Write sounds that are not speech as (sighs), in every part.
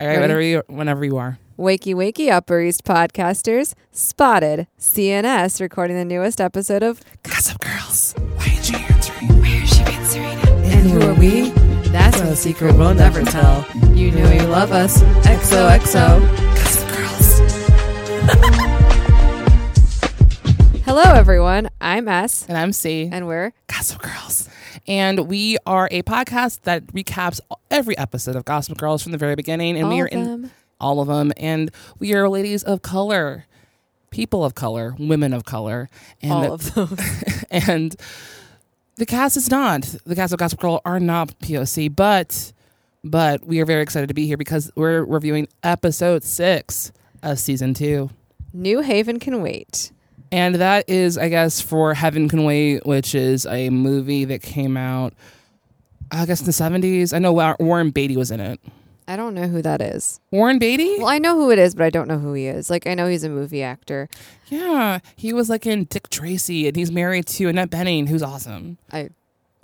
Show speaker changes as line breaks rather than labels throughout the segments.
All right,
Ready?
whenever you whenever you are.
Wakey Wakey Upper East podcasters spotted CNS recording the newest episode of
Gossip Girls.
Why is she answering? Where has she been, Serena?
And Who Are We? That's a secret we'll never tell. You know you love us. XOXO.
Gossip Girls.
Hello, everyone. I'm S,
And I'm C.
and we're
Gossip Girls. And we are a podcast that recaps every episode of Gossip Girls from the very beginning. And we
All
are
of
in
them.
all of them. And we are ladies of color, people of color, women of color. And
all
the-
of (laughs) those.
(laughs) and the cast is not the cast of Gossip Girl are not POC, but but we are very excited to be here because we're reviewing episode six of season two,
New Haven can wait.
and that is, I guess, for Heaven Can Wait, which is a movie that came out, I guess, in the seventies. I know Wa- Warren Beatty was in it.
I don't know who that is.
Warren Beatty,
Well, I know who it is, but I don't know who he is. Like, I know he's a movie actor.
yeah, he was like in Dick Tracy, and he's married to Annette Bening, who's awesome.
I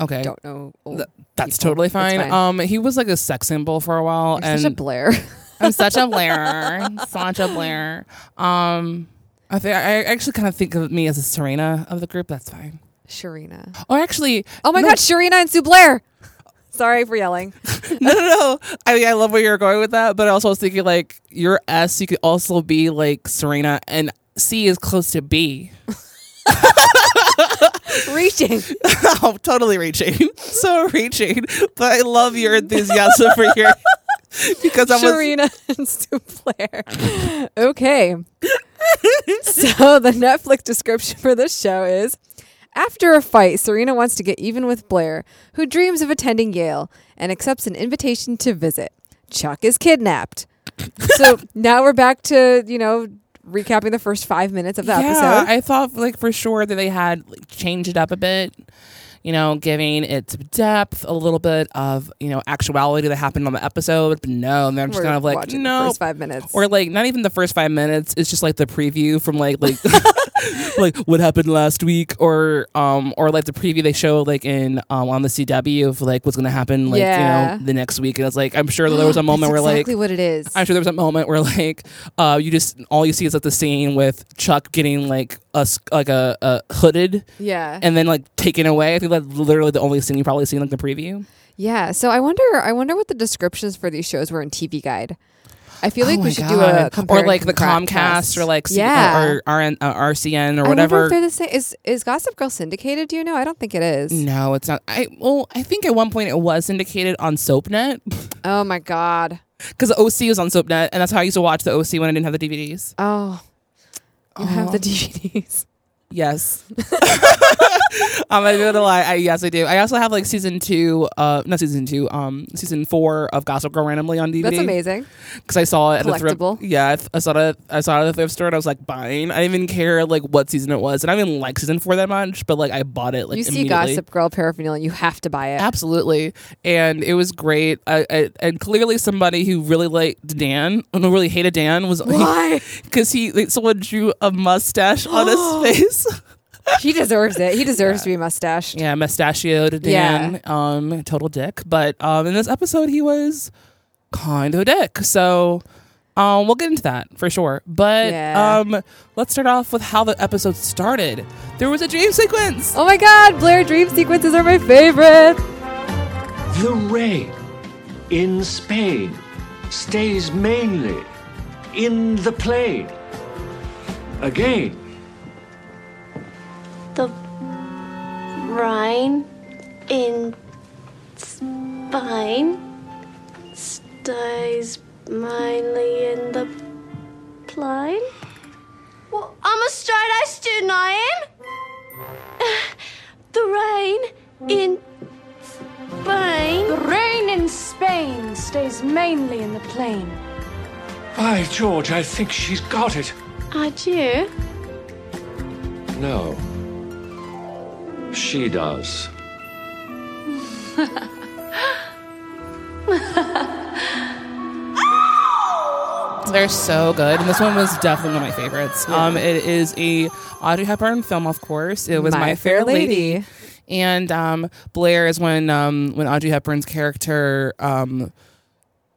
Okay.
don't know. Oh, old
Th- that's
people.
totally
It's
fine.
fine.
Um, he was like a sex symbol for a while,
You're
and
such a Blair. (laughs)
I'm such a Blair. such a Blair. Um, I think I actually kind of think of me as a Serena of the group. That's fine.
Sharina.
Or actually,
Oh my
no,
God, Sharina and Sue Blair. Sorry for yelling.
(laughs) no, no, no. I mean, I love where you're going with that, but I also was thinking like your S, you could also be like Serena, and C is close to B.
Reaching.
(laughs) oh, totally reaching, (laughs) so reaching. But I love your enthusiasm for your (laughs) because I was
Sharina (laughs) and Stu Blair.
(laughs)
Okay. so the Netflix description for this show is after a fight, Serena wants to get even with Blair, who dreams of attending Yale and accepts an invitation to visit. Chuck is kidnapped.
(laughs)
so now we're back to, you know, recapping the first five minutes of the episode.
I thought like for sure that they had like, changed it up a bit, you know, giving it some depth, a little bit of you know actuality that happened on the episode. But no, and then I'm just
We're
kind of like
watching
no,
the first five minutes.
or like not even the first five minutes. It's just like the preview from like
(laughs)
like (laughs) like what happened last week, or um or like the preview they show like in um on the CW of like what's gonna happen like
Yeah.
you know the next week. And it's like I'm sure that
(gasps)
there was a moment
That's
where like
exactly what it is.
I'm sure there was a moment where (laughs) like uh, you just all you see is like the scene with Chuck getting like a s- like a, a hooded
yeah.
and then like taken away. I think that's literally the only scene you probably seen like the preview.
Yeah, so I wonder I wonder what the descriptions for these shows were in TV Guide. I feel like
Oh
we
my
should
God.
do a compare
or like
and
the
contrast.
Comcast or like C-
yeah
or, RN, uh, RCN or
I wonder if
whatever.
they're the same. Is is Gossip Girl syndicated? Do you know? I don't think it is.
No, it's not. I well, I think at one point it was syndicated on SoapNet (laughs)
Oh my god.
because the OC was on SoapNet, and that's how I used to watch the OC when I didn't have the DVDs.
Oh, you have the DVDs.
(laughs) Yes. I'm not gonna lie. I, yes, I do. I also have like season two, uh, not season two, um, season four of Gossip Girl randomly on DVD.
That's amazing.
Because I saw it at a thrift.
Collectible.
Yeah, I th- I saw it. At, I saw it at a thrift store, and I was like buying. I didn't even care like what season it was, and I didn't even like season four that much. But like, I bought it. Like
you see
immediately.
Gossip Girl paraphernalia, you have to buy it.
Absolutely, and it was great. I, I, and clearly, somebody who really liked Dan and who really hated Dan was (laughs)
Why?
because he like, someone drew a mustache on
(gasps)
his face.
he deserves it. He deserves to be mustached.
Yeah, mustachioed Dan, um, total dick. But um, in this episode, he was kind of a dick. So um, we'll get into that for sure. But
Yeah.
um, let's start off with how the episode started. There was a dream sequence.
Oh my god, Blair dream sequences are my favorite.
The rain in Spain stays mainly in the plain. Again,
the Rhine in spine stays mainly in the plane. Well, I'm a straight A student, I am. (sighs) The rain in Spain. The rain in Spain stays mainly in the plain.
by George, I think she's got it.
I do.
No. She does.
They're so good, and this one was definitely one of my favorites. Um, it is a Audrey Hepburn film, of course. It was My, Fair Lady. And um, Blair is when um, when Audrey Hepburn's character um,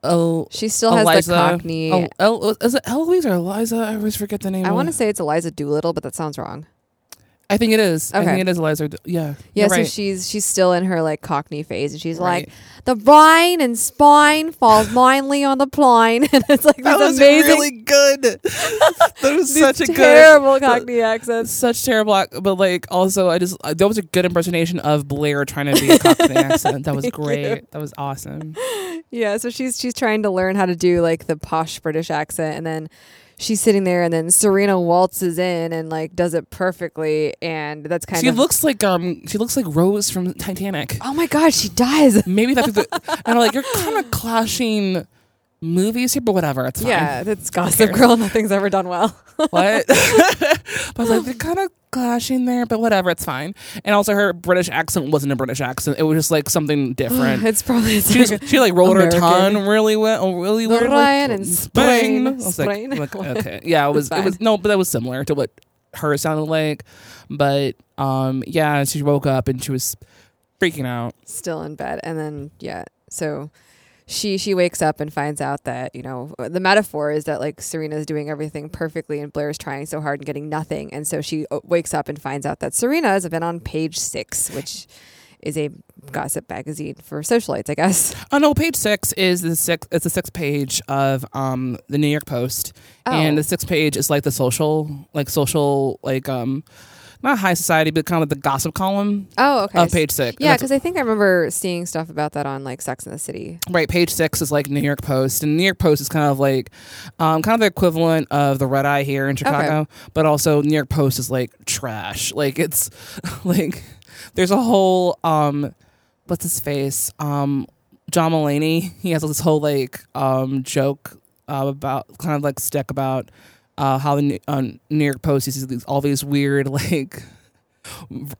El-
She still has
Eliza.
the Cockney.
El- El- is it Eloise or Eliza? I always forget the name.
I
of-
want to say it's Eliza Doolittle, but that sounds wrong.
I think it is. I
Okay.
think it is Eliza. Yeah.
Yeah,
you're
so
right.
she's she's still in her like Cockney phase, and she's
Right.
like, "The vine and
(laughs)
spine falls mindly on the pline," (laughs) and it's like
that
this
was
amazing, (laughs)
really good. that was such a good.
terrible Cockney accent.
Such terrible, ac- but like also, I just uh, that was a good impersonation of Blair trying to be a
(laughs)
Cockney accent. That was great. That was awesome.
Yeah, so she's she's trying to learn how to do like the posh British accent, and then she's sitting there, and then Serena waltzes in and like does it perfectly, and that's kind
She
of
looks like um, she looks like Rose from Titanic.
Oh my God, she dies. (laughs)
Maybe that's the, and I'm like you're kind of clashing movies here, but whatever. It's fine.
Yeah, that's Gossip Girl. (laughs) Nothing's ever done well. (laughs)
what? (laughs) but I was like, they're kind of clashing there, but whatever, it's fine. And also, her British accent wasn't a British accent; it was just like something different.
(laughs) it's probably it's
she, just, she like rolled
American.
her tongue really well, oh, really
The
weirdly.
Ryan and Sprain.
I was like,
Sprain. (laughs)
like, okay, yeah, it was. It was
fine.
no, but that was similar to what her sounded like. But um, yeah, she woke up and she was freaking out.
still in bed and then yeah so she she wakes up and finds out that you know the metaphor is that like serena's doing everything perfectly and blair's trying so hard and getting nothing and so she uh, wakes up and finds out that serena has been on page six which is a gossip magazine for socialites i guess
Oh no, page six is the six. It's the sixth page of um the New York Post, and
Oh.
the sixth page is like the social, like social, like um, not high society, but kind of like the gossip column.
(laughs) oh okay
Of page six.
yeah
That's-
because i think i remember seeing stuff about that on like sex in the city
Right, page six is like New York Post, and New York Post is kind of like, um, kind of the equivalent of the Red Eye here in Chicago, but also New York Post is like trash. Like it's, (laughs) like there's a whole um, what's his face, um, John Mulaney. (laughs) He has this whole like um joke uh, about kind of like stick about uh how the New, uh, New York Post uses these all these weird (laughs) like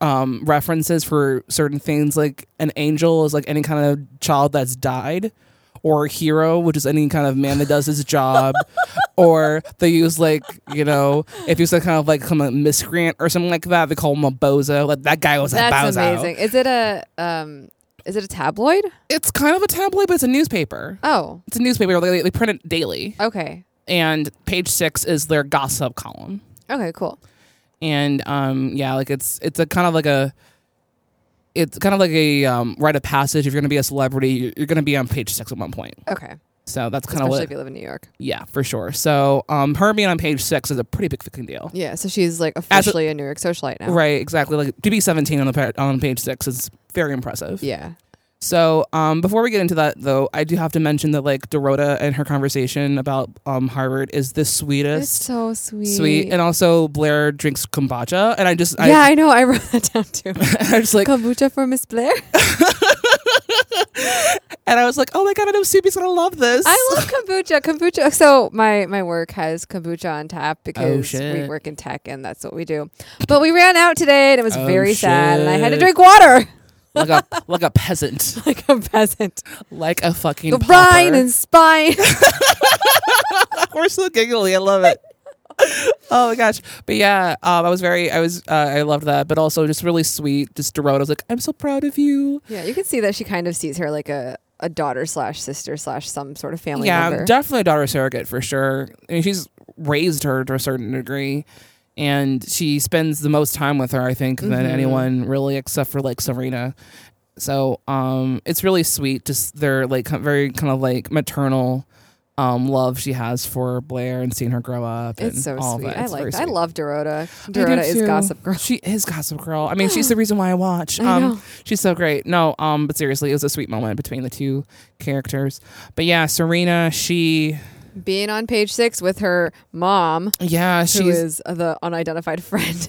um, references for certain things. Like an angel is like any kind of child that's died, or a hero, which is any kind of man that does his
(laughs)
job, or they use like you know if you say kind of like some miscreant or something like that, they call him a bozo. Like that guy was a
that's
bozo.
amazing is it a um is it a tabloid
It's kind of a tabloid, but it's a newspaper.
oh
It's a newspaper. They, they print it daily,
okay
and page six is their gossip column.
okay cool
and um yeah like it's it's a kind of like a it's kind of like a um, rite of passage. If you're going to be a celebrity, you're, you're going to be on page six at one point.
okay
So that's kind of
especially
what,
if you live in new york
yeah, for sure. So um, her being on page six is a pretty big fucking deal,
Yeah, so she's like
As a-
officially a, New York socialite now.
right? Exactly. Like to be 17 on the pa- on page six is very impressive.
Yeah.
So um, before we get into that, though, I do have to mention that like Dorota and her conversation about um, Harvard is the
It's
sweetest,
so sweet.
sweet, and also Blair drinks kombucha, and I just
yeah, I know. I wrote that down too.
(laughs) I, I just (laughs) like
Kombucha for Miss
(laughs)
Blair.
And I was like, oh my God, I know Subi's gonna love this.
I love kombucha. Kombucha. So my my work has kombucha on tap because we
Oh, shit.
work in tech and that's what we do. But we ran out today and it was
Oh,
very sad and I had to
shit.
drink water
(laughs)
(laughs)
like a like a peasant. (laughs)
like a peasant.
Like a fucking
The
pauper.
rind and spine.
(laughs) We're so giggly. I love it. (laughs) oh my gosh. But yeah, um, I was very I was uh, I loved that, but also just really sweet, just Dorota. I was like, I'm so proud of you.
yeah, you can see that she kind of sees her like a a daughter slash sister slash some sort of family
yeah,
member.
definitely a daughter surrogate for sure. I mean, she's raised her to a certain degree. And she spends the most time with her, I think,
Mm-hmm.
than anyone really, except for like Serena. So um, it's really sweet. Just their like kind- very kind of like maternal um, love she has for Blair and seeing her grow up. and
It's so
all
sweet.
That.
I
It's
like.
very
that. I
sweet.
love Dorota.
I do
Dorota is
too.
Gossip Girl.
She is Gossip Girl. I mean, she's the reason why I watch.
I
um,
know.
She's so great. No, um, but seriously, it was a sweet moment between the two characters. But yeah, Serena, she,
being on page six with her mom,
yeah,
who
she's.
is the unidentified
(laughs)
(laughs) friend.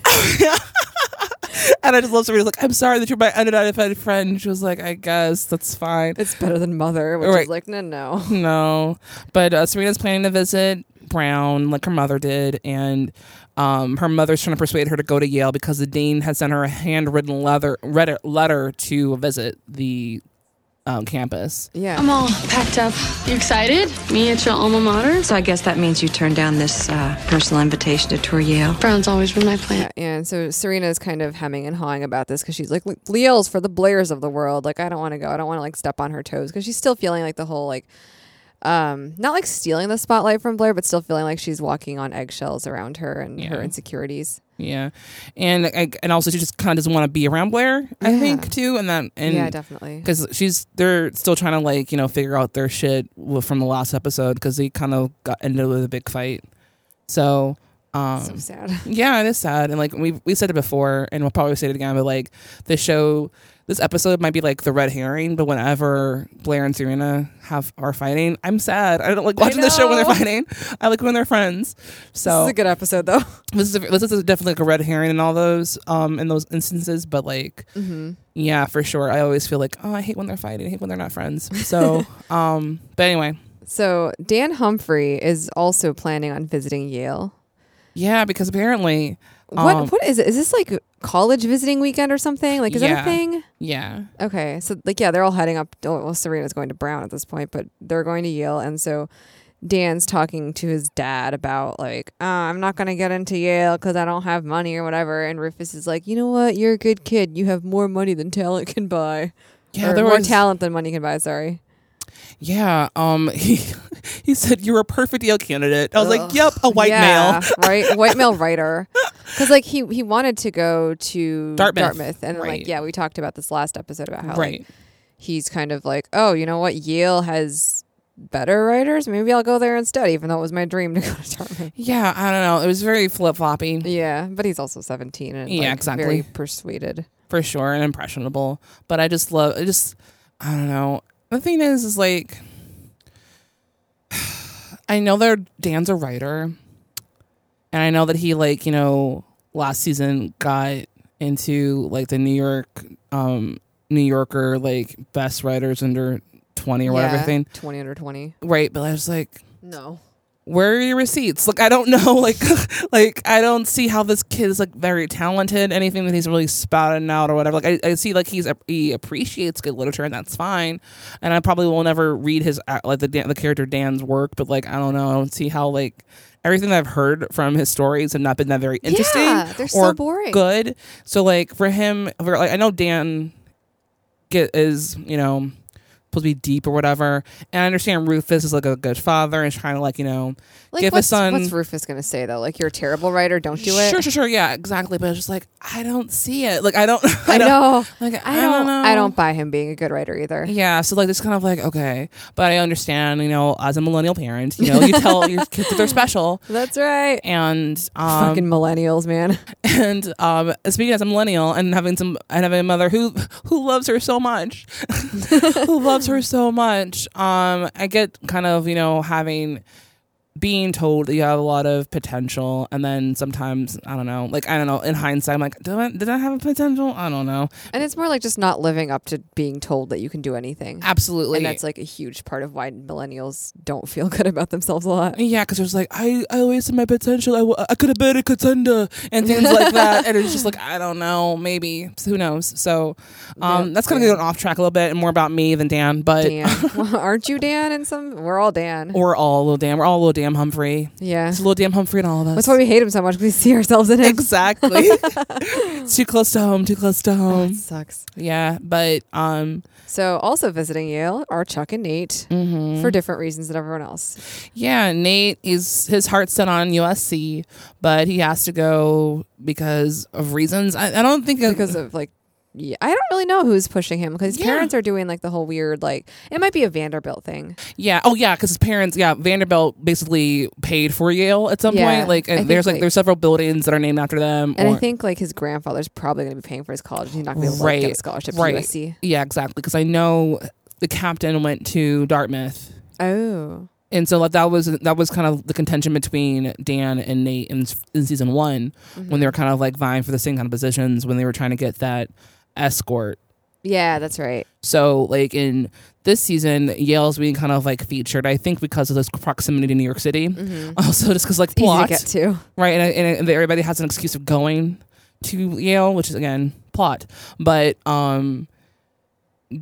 And I just love Serena's like, I'm sorry that you're my unidentified friend. She was like, I guess that's fine. (laughs)
it's better than mother, which
Right.
is like, no, no.
No, but uh, Serena's planning to visit Brown like her mother did, and um, her mother's trying to persuade her to go to Yale because the dean had sent her a handwritten leather, letter letter to visit the um, campus.
Yeah.
I'm all packed up. You excited? Me at your alma mater?
So I guess that means you turned down this uh, personal invitation to tour Yale.
Brown's always been my plan.
And so Serena is kind of hemming and hawing about this because she's like, "Look, Leo's for the Blairs of the world. Like, I don't want to go. I don't want to like step on her toes because she's still feeling like the whole like um, not like stealing the spotlight from Blair, but still feeling like she's walking on eggshells around her and her
Yeah.
insecurities.
Yeah, and like, and also she just kind of doesn't want to be around Blair. I think too, and that and
yeah, definitely.
because she's they're still trying to like you know figure out their shit w- from the last episode because they kind of got ended with a big fight. So, um,
So sad.
yeah, it is sad, and like we we said it before, and we'll probably say it again, but like the show. This episode might be like the red herring, but whenever Blair and Serena have are fighting, I'm sad. I don't like watching the show when they're
know.
fighting. I like when they're friends. So
(laughs) This is a good episode though.
this is a, this is a- definitely like a red herring in all those um in those instances but like yeah for sure i always feel like oh i hate when they're fighting i hate when they're not friends (laughs) so um but anyway
So Dan Humphrey is also planning on visiting Yale.
yeah because apparently
What
um,
what is it? Is this like college visiting weekend or something? Like is that
Yeah.
a thing?
yeah
Okay, so like yeah, they're all heading up. oh, Well, Serena's going to Brown at this point, but they're going to Yale, and so Dan's talking to his dad about like uh, I'm not going to get into Yale because I don't have money or whatever. And Rufus is like, you know what? You're a good kid. You have more money than talent can buy.
yeah
Or
there
more
was
talent than money can buy. Sorry.
yeah um (laughs) he he said you're a perfect Yale candidate i was like yep a white male
(laughs) right? White male writer. Because like he he wanted to go to
Dartmouth.
and
Right.
like yeah, we talked about this last episode about how like,
right
he's kind of like, oh, you know what? Yale has better writers. Maybe I'll go there instead, even though it was my dream to go
(laughs)
to Dartmouth.
yeah i don't know it was very flip-floppy
Yeah, but he's also 17 and
Yeah,
like,
exactly.
very persuaded.
for sure and impressionable. But I just love I just I don't know. The thing is is like (sighs) I know that Dan's a writer and I know that he like, you know, last season got into like the New York um New Yorker like best writers under 20 or whatever
Yeah,
thing.
20 under 20.
Right, but I was like
No.
where are your receipts? Like I don't (laughs) know. Like like I don't see how this kid is like very talented. Anything that he's really spouting out or whatever. Like I, I see like he's he appreciates good literature and that's fine. And I probably will never read his uh, like the Dan- the character Dan's work. But like I don't know. I don't see how like everything that I've heard from his stories have not been that very interesting.
Yeah, they're so
or
boring.
Good. So like for him, for, like I know Dan get is you know supposed to be deep or whatever. And I understand Rufus is like a good father and trying to like you know
Like,
give
what's,
his son.
what's Rufus going to say, though? Like, you're a terrible writer. Don't do it.
Sure, sure, sure. Yeah, exactly. But it's just like I don't see it. Like I don't. (laughs)
I,
I, don't,
know.
Like
I don't,
know.
I don't buy him being a good writer either.
Yeah, so like it's kind of like okay, but I understand. You know, as a millennial parent, you know, you tell
(laughs)
your kids that they're special,
That's right. (laughs)
and um,
Fucking millennials, man.
(laughs) and um, speaking as a millennial and having some and having a mother who who loves her so much, (laughs) who loves her so much, um, I get kind of you know having being told that you have a lot of potential, and then sometimes I don't know, like I don't know. In hindsight, I'm like, did I, did I have a potential? I don't know.
And it's more like just not living up to being told that you can do anything.
Absolutely,
And that's like a huge part of why millennials don't feel (laughs) good about themselves a lot.
Yeah, because it was like I, I wasted my potential. I, w- I could have been a contender and things like that. And it's just like I don't know, maybe who knows. So, um, that's kind of going off track a little bit and more about me than Dan, but (laughs)
Dan. (laughs) Well, aren't you Dan and some? We're all Dan.
we're all little damn, we're all little damn Humphrey.
yeah.
It's little damn Humphrey and all of us.
That's why we (laughs) hate him so much. 'cause We see ourselves in
(laughs)
him. (laughs)
exactly. too close to home. Too close to
It
home.
sucks.
Yeah, but um,
So, also visiting Yale are Chuck and Nate
Mm-hmm.
for different reasons than everyone else.
Yeah, Nate is his heart's set on USC, but he has to go because of reasons. I, I don't think
Because of like, yeah, I don't really know who's pushing him because his
Yeah.
parents are doing like the whole weird, like, it might be a Vanderbilt thing.
Yeah. Oh, yeah. Because his parents, yeah, Vanderbilt basically paid for Yale at some
Yeah,
point. Like,
I think,
and there's like,
like-
there's several buildings that are named after them.
And
or,
I think like his grandfather's probably going to be paying for his college. He's not going to be able to like, get a scholarship to USC.
Yeah, exactly. Because I know the captain went to Dartmouth,
Oh.
and so like that was that was kind of the contention between Dan and Nate in, in season one
Mm-hmm.
when they were kind of like vying for the same kind of positions when they were trying to get that escort
Yeah, that's right.
So, like in this season, Yale's being kind of like featured, I think, because of this proximity to New York City. (laughs) Also, just because like
Mm-hmm. Easy
plot,
to get to.
right? And, and, and everybody has an excuse of going to Yale, which is again plot. But um,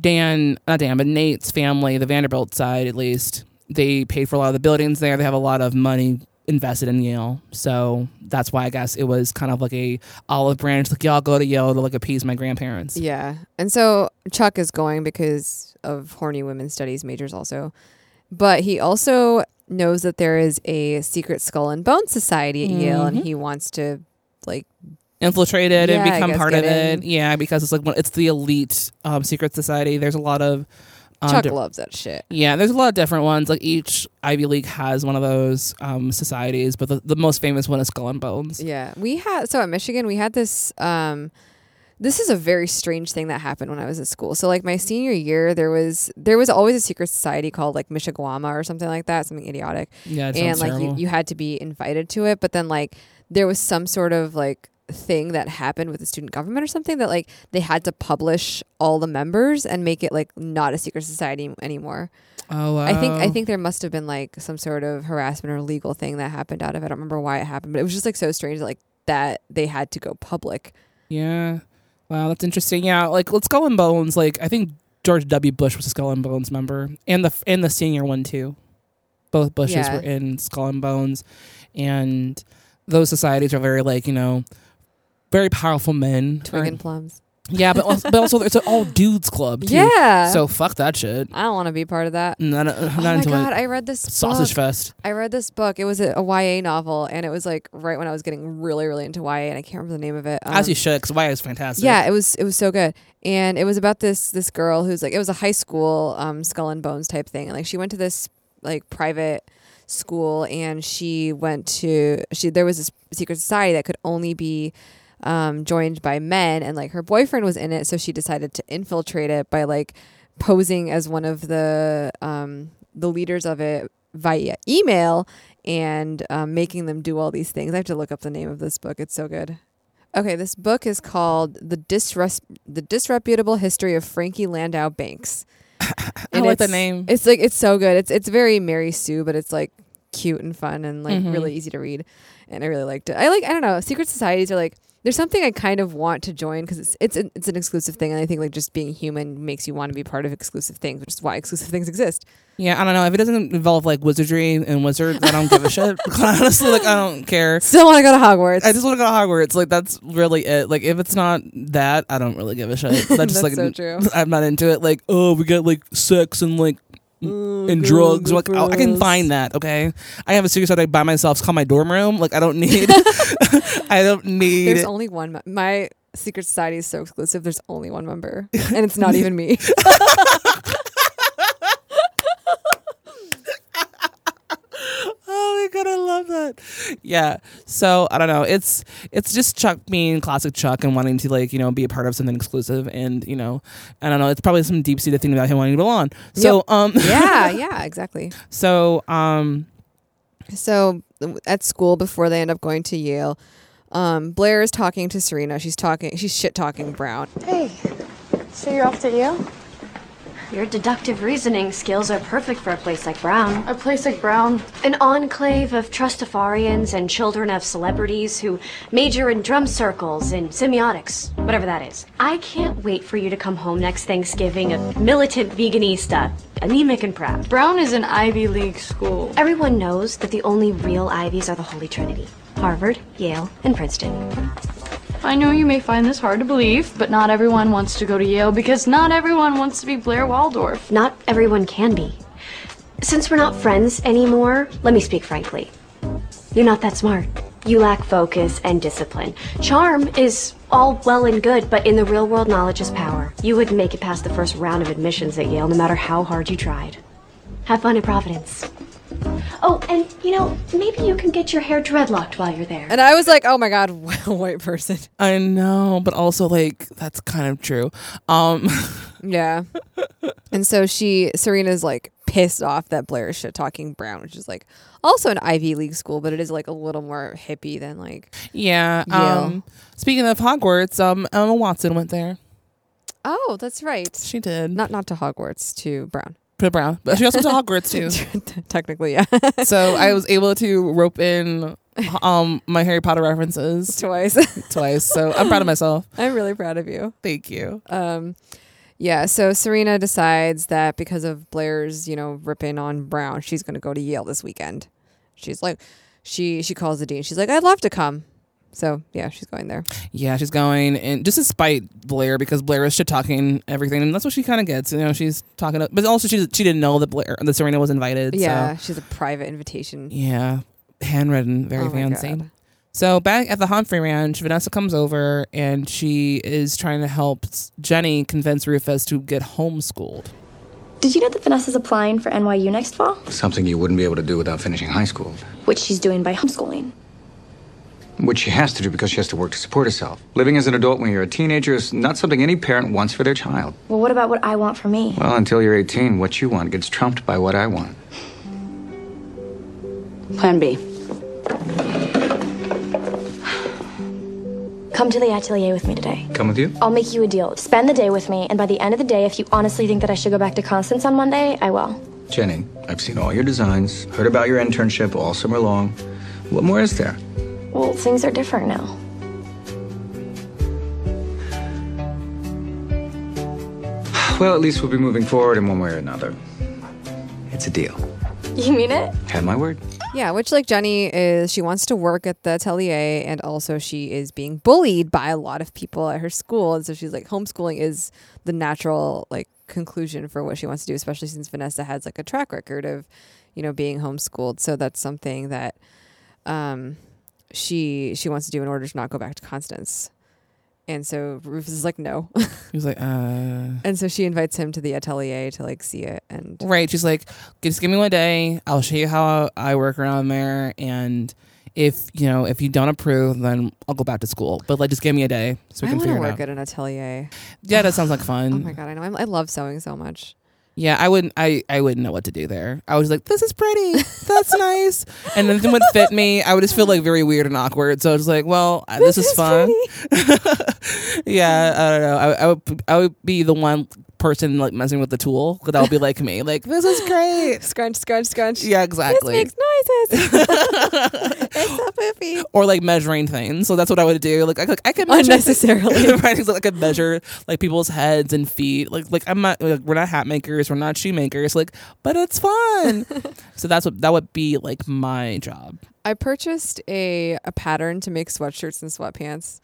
Dan, not Dan, but Nate's family, the Vanderbilt side at least, they paid for a lot of the buildings there. They have a lot of money invested in Yale, so that's why I guess it was kind of like a olive branch, like y'all go to Yale to like appease my grandparents.
Yeah. And so Chuck is going because of horny women studies majors also. But he also knows that there is a secret skull and bone society at Yale, and he wants to like
infiltrated
Yeah, I
and become
guess
part
get
of it.
in.
Yeah, because it's like one- it's the elite um, secret society. There's a lot of um,
Chuck
di-
loves that shit.
yeah, there's a lot of different ones. Like each Ivy League has one of those um, societies, but the, the most famous one is Skull and Bones.
Yeah, we had so at Michigan we had this. Um, this is a very strange thing that happened when I was at school. So like my senior year, there was there was always a secret society called like Michiguama or something like that, something idiotic.
Yeah, it
and
sounds
like you,
terrible.
you had to be invited to it, but then like there was some sort of like thing that happened with the student government or something that like they had to publish all the members and make it like not a secret society anymore.
Oh, wow.
I think I think there must have been like some sort of harassment or legal thing that happened out of it. I don't remember why it happened, but it was just like so strange, like that they had to go public.
Yeah. Wow, that's interesting. Yeah, like with Skull and Bones, like I think George W. Bush was a Skull and Bones member, and the and the senior one too. Both Bushes
Yeah.
were in Skull and Bones, and those societies are very like you know, very powerful men.
Twig
Or-
and plums.
yeah, but also, but also it's an all dudes club. Too.
(laughs) Yeah.
So fuck that shit.
I don't want to be part of that.
Not, uh, not
Oh my
into
god,
it.
I read this
Sausage
book.
fest.
I read this book. It was a, a YA novel, and it was like right when I was getting really, really into YA, and I can't remember the name of it. Um,
As you should, because why is fantastic.
yeah, it was it was so good, and it was about this this girl who's like it was a high school um, skull and bones type thing, and like she went to this like private school, and she went to she there was this secret society that could only be um, joined by men, and like her boyfriend was in it, so she decided to infiltrate it by like posing as one of the um, the leaders of it via email and um, making them do all these things. I have to look up the name of this book. It's so good. Okay, this book is called "The Disres- The Disreputable History of Frankie
(laughs)
Landau Banks." And
like the
it's-
name.
It's like it's so good. It's it's very Mary Sue, but it's like cute and fun and like
Mm-hmm.
really easy to read. And I really liked it. I like I don't know. Secret societies are like there's something I kind of want to join because it's it's an, it's an exclusive thing, and I think like just being human makes you want to be part of exclusive things, which is why exclusive things exist.
Yeah, I don't know. If it doesn't involve like wizardry and wizards, I don't give a
(laughs)
shit. Honestly, like I don't care.
Still want to go to Hogwarts.
I just want to go to Hogwarts. Like that's really it. Like if it's not that, I don't really give a
(laughs)
shit. That just
(laughs) That's
like
so (laughs) true.
(laughs) I'm not into it. Like oh, we got like sex and like and drugs. Like I, I can find that. Okay, I have a secret that I by myself. It's called my dorm room. Like I don't
(laughs)
need. (laughs) I don't need.
There's only one. me- My secret society is so exclusive. There's only one (laughs) member, and it's not even me.
oh my god, I love that. Yeah. So I don't know. It's it's just Chuck being classic Chuck and wanting to like you know be a part of something exclusive and you know I don't know. It's probably some deep seated thing about him wanting to belong. So um
(laughs)
(laughs)
(laughs) yeah, yeah, exactly.
so um
So at school, before they end up going to Yale, um, Blair is talking to Serena. She's talking. She's shit talking Brown.
Hey, so you're off to Yale? Your deductive reasoning skills are perfect for a place like Brown.
A place like Brown.
An enclave of trustafarians and children of celebrities who major in drum circles and semiotics, whatever that is. I can't wait for you to come home next Thanksgiving, a militant veganista, anemic and proud.
Brown is an Ivy League school.
Everyone knows that the only real Ivies are the Holy Trinity Harvard, Yale, and Princeton.
I know you may find this hard to believe, but not everyone wants to go to Yale because not everyone wants to be Blair Waldorf.
Not everyone can be. Since we're not friends anymore, let me speak frankly. You're not that smart. You lack focus and discipline. Charm is all well and good, but in the real world, knowledge is power. You wouldn't make it past the first round of admissions at Yale, no matter how hard you tried. Have fun in Providence. Oh, and you know, maybe you can get your hair dreadlocked while you're there.
And I was like, oh my god, (laughs) white person.
I know, but also like that's kind of true. Um (laughs)
Yeah. (laughs) and so she, Serena's like pissed off that Blair is shit talking Brown, which is like also an Ivy League school, but it is like a little more hippie than like.
yeah. Um speaking of Hogwarts, um Emma Watson went there.
Oh, that's right.
She did. Not
Not not to Hogwarts to Brown. (laughs)
Put brown. But she also went to Hogwarts (laughs) too.
Technically, yeah. (laughs)
So I was able to rope in um my Harry Potter references
Twice. (laughs)
twice. So I'm proud of myself.
I'm really proud of you.
Thank you.
Um, yeah, so Serena decides that because of Blair's, you know, ripping on Brown, she's going to go to Yale this weekend. She's like, she she calls the dean. She's like, I'd love to come. So yeah, she's going there.
Yeah, she's going, and just despite Blair, because Blair is shit talking everything, and that's what she kind of gets. You know, she's talking, but also she she didn't know that Blair that Serena was invited.
Yeah,
so,
she's a private invitation.
yeah, handwritten, very
Oh my
fancy.
God.
So back at the Humphrey Ranch, Vanessa comes over and she is trying to help Jenny convince Rufus to get homeschooled.
Did you know that Vanessa's applying for NYU next fall?
Something you wouldn't be able to do without finishing high school,
Which she's doing by homeschooling.
which she has to do because she has to work to support herself. Living as an adult when you're a teenager is not something any parent wants for their child.
Well, what about what I want for me?
Well, until you're 18, what you want gets trumped by what I want.
Plan B.
Come to the atelier with me today.
Come with you?
I'll make you a deal. Spend the day with me, and by the end of the day, if you honestly think that I should go back to Constance on Monday, I will.
Jenny, I've seen all your designs, heard about your internship all summer long. What more is there?
Well, things are different now.
Well, at least we'll be moving forward in one way or another. It's a deal.
(laughs) You mean it?
Had my word.
Yeah, which like Jenny is, she wants to work at the atelier, and also she is being bullied by a lot of people at her school, and so she's like, homeschooling is the natural like conclusion for what she wants to do, especially since Vanessa has like a track record of, you know, being homeschooled. So that's something that, um, she she wants to do in order to not go back to Constance, and so Rufus is like, no, (laughs)
He was like, uh.
and so she invites him to the atelier to like see it, and
Right. She's like, just give me one day. I'll show you how I work around there. And if, you know, if you don't approve, then I'll go back to school. But like, just give me a day so we
I
can
want to
figure
work
it out.
at an atelier.
Yeah, that sounds like fun.
Oh my god, I know, I'm, I love sewing so much.
Yeah, I wouldn't. I I wouldn't know what to do there. I was like, this is pretty. That's
(laughs)
nice. And then it would fit me. I would just feel like very weird and awkward. So I was like, well, uh, this, is, fun. yeah, I don't know. I, I would I would be the one person like messing with the tool because that would be like me. Like this is
(laughs)
great.
Scrunch, scrunch, scrunch.
Yeah, exactly.
This
(laughs)
makes noises. it's so poopy.
or like measuring things. So that's what I would do. Like I could, I could measure
Unnecessarily.
(laughs) right? It's like I could measure like people's heads and feet. Like like I'm not like, we're not hat makers, we're not shoe makers. Like, but it's
(laughs)
fun. so that's what that would be like my job.
I purchased a, a pattern to make sweatshirts and sweatpants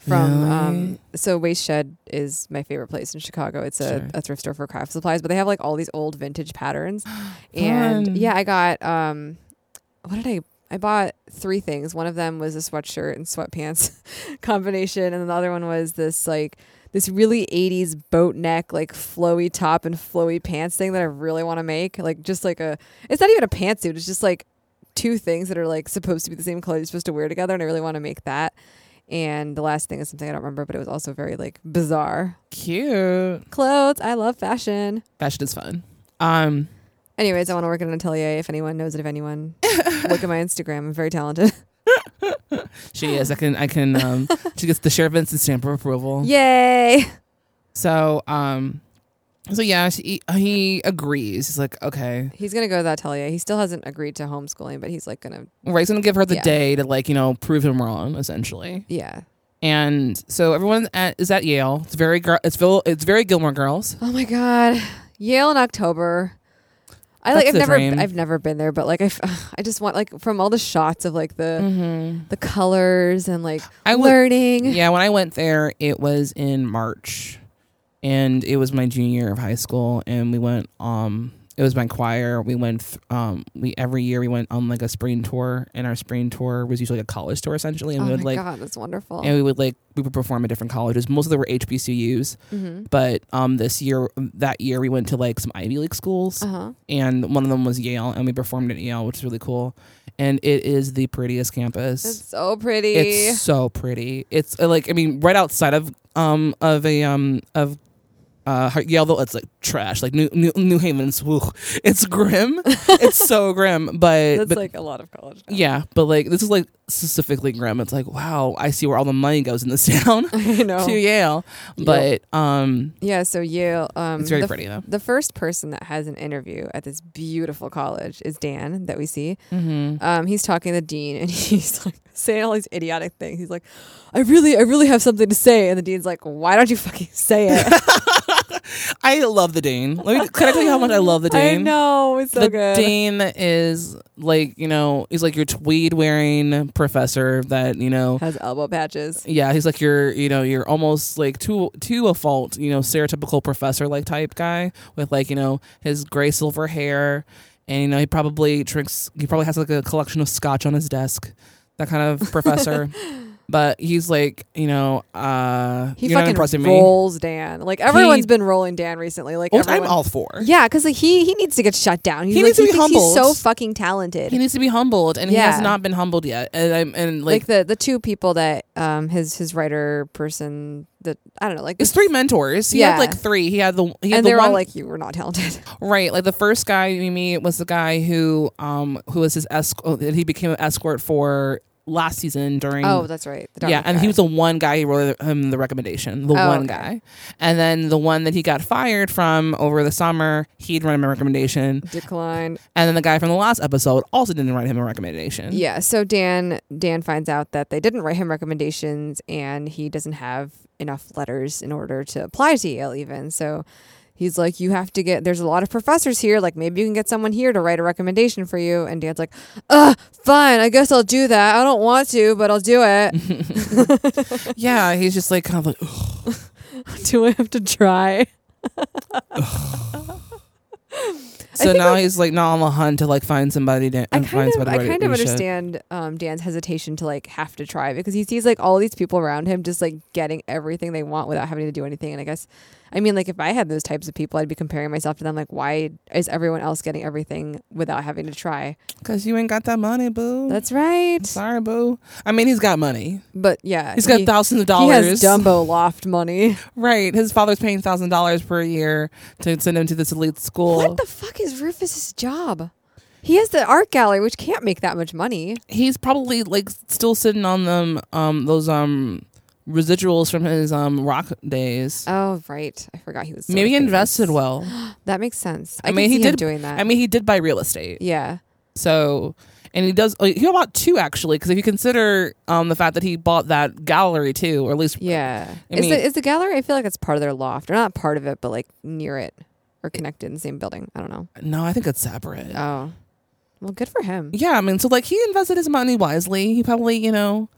from um so Waste Shed is my favorite place in Chicago. It's a,
Sure.
a thrift store for craft supplies, but they have like all these old vintage patterns. and
Fun.
yeah, I got um what did I I bought three things. One of them was a sweatshirt and sweatpants (laughs) combination, and then the other one was this like this really 80s boat neck like flowy top and flowy pants thing that I really want to make. Like just like a it's not even a pantsuit. It's just like two things that are like supposed to be the same color you're supposed to wear together and I really want to make that. And the last thing is something I don't remember, but it was also very like bizarre.
Cute.
Clothes, I love fashion.
Fashion is fun. Um
Anyways, I want to work at an atelier. If anyone knows it,
(laughs)
if anyone look at my Instagram, I'm very talented.
she is. I can I can
(laughs)
um she gets the sheriff Vincent stamp of approval.
Yay!
So um so yeah, she, he agrees. He's like, okay.
He's gonna go to the atelier. He still hasn't agreed to homeschooling, but he's like gonna
Right, he's gonna give her the
Yeah.
day to like, you know, prove him wrong, essentially.
yeah.
and so everyone at, is at Yale. It's very gir- it's Vil- it's very Gilmore
(laughs)
Girls.
Oh my god, Yale in October. I like.
That's
I've
the
never.
dream.
I've never been there, but like I, f- (sighs) I just want like from all the shots of like the the colors and like
Mm-hmm. I would-
learning.
Yeah, when I went there, it was in March, and it was my junior year of high school, and we went. Um, it was my choir. We went. Th- um, we every year we went on like a spring tour, and our spring tour was usually a college tour essentially, and
Oh
we
my
would like.
god, that's wonderful.
And we would like we would perform at different colleges. Most of them were HBCUs,
Mm-hmm.
but um, this year, that year, we went to like some Ivy League schools.
uh huh.
and one of them was Yale, and we performed at Yale, which is really cool. And it is the prettiest campus.
It's
It's,
so pretty.
so pretty. It's uh, like I mean, right outside of um of a um of uh Har- Yale, though it's like trash, like New New, New Haven's. Woo, it's
(laughs)
grim. it's so grim, but
that's
but.
like a lot of college. (laughs)
yeah, but like this is like specifically grim. It's like wow, I see where all the money goes in this (laughs) town
I know.
to Yale. But um,
Yeah, so Yale. Um,
It's very
the, f-
pretty, though.
The first person that has an interview at this beautiful college is Dan that we see. Mm-hmm. Um, he's talking to the dean, and (laughs) he's like saying all these idiotic things. He's like,
(laughs)
"I really, I really have something to say," and the dean's like, "Why don't you fucking say it?"
I love the Dane. Let
(laughs)
me can I tell you how much I love the Dane?
I know it's so
the
good.
Dane is like you know he's like your tweed wearing professor that you know
Has elbow patches.
yeah he's like your you know you're almost like to to a fault you know stereotypical professor like type guy with like you know his gray silver hair and you know he probably drinks he probably has like a collection of scotch on his desk that kind of
(laughs)
professor but he's like you know uh
He
you're not
fucking
impressing me
rolls Dan. Like everyone's
He-
been rolling Dan recently. Like
which
everyone,
I'm all for
Yeah, because like he he needs to get shut down. He's
He
like,
needs to be
thinks He's
humbled.
so fucking talented.
he needs to be humbled and he
Yeah.
has not been humbled yet and i'm and
like,
like,
the the two people that um his his writer person that I don't know like
it's three mentors he
Yeah.
had like three he had the he had
and
the
they're
one
all like you were not talented.
Right, like the first guy we meet was the guy who um who was his escort that he became an escort for last season during
(laughs) oh, that's right. The
yeah,
Dartmouth
and
guy.
he was the one guy who wrote him the recommendation, the
Oh,
one
okay.
guy, and then the one that he got fired from over the summer, he'd write him a recommendation, (laughs)
declined.
and then the guy from the last episode also didn't write him a recommendation.
Yeah, so Dan Dan finds out that they didn't write him recommendations and he doesn't have enough letters in order to apply to Yale even. So he's like, You have to get there's a lot of professors here, like maybe you can get someone here to write a recommendation for you and Dan's like, Uh, fine, I guess I'll do that. I don't want to, but I'll do
(laughs)
it.
yeah, he's just like kind of like "Ugh,
do I have to try?
so now he's like not on the hunt to like find somebody to
I
and find
kind of,
somebody
I
to write
kind of
his shit.
understand um, Dan's hesitation to like have to try because he sees like all these people around him just like getting everything they want without having to do anything. And I guess, I mean, like if I had those types of people, I'd be comparing myself to them. Like, why is everyone else getting everything without having to try?
Cause you ain't got that money, boo.
That's right.
Sorry, boo. I mean, he's got money.
But yeah,
He's got
he-
thousands of
He
dollars.
has Dumbo loft
(laughs)
money.
Right. His father's paying thousand dollars per year to send him to this elite school.
What the fuck is Rufus's job? He has the art gallery, which can't make that much money.
He's probably like still sitting on them um those um residuals from his um rock days.
Oh right, I forgot he was. so
Maybe he
famous.
invested
(gasps)
well.
That makes sense. I,
I, mean,
can see
he
him
did
doing that.
I mean, he did buy real estate.
yeah.
So, and he does. He bought two actually, because if you consider um the fact that he bought that gallery too, or at least
Yeah.
I
is,
mean-
the, is the gallery, I feel like it's part of their loft, or not part of it, but like near it or connected in the same building. I don't know.
no, I think it's separate.
Oh. Well, good for him.
Yeah, I mean, so like he invested his money wisely. He probably, you know,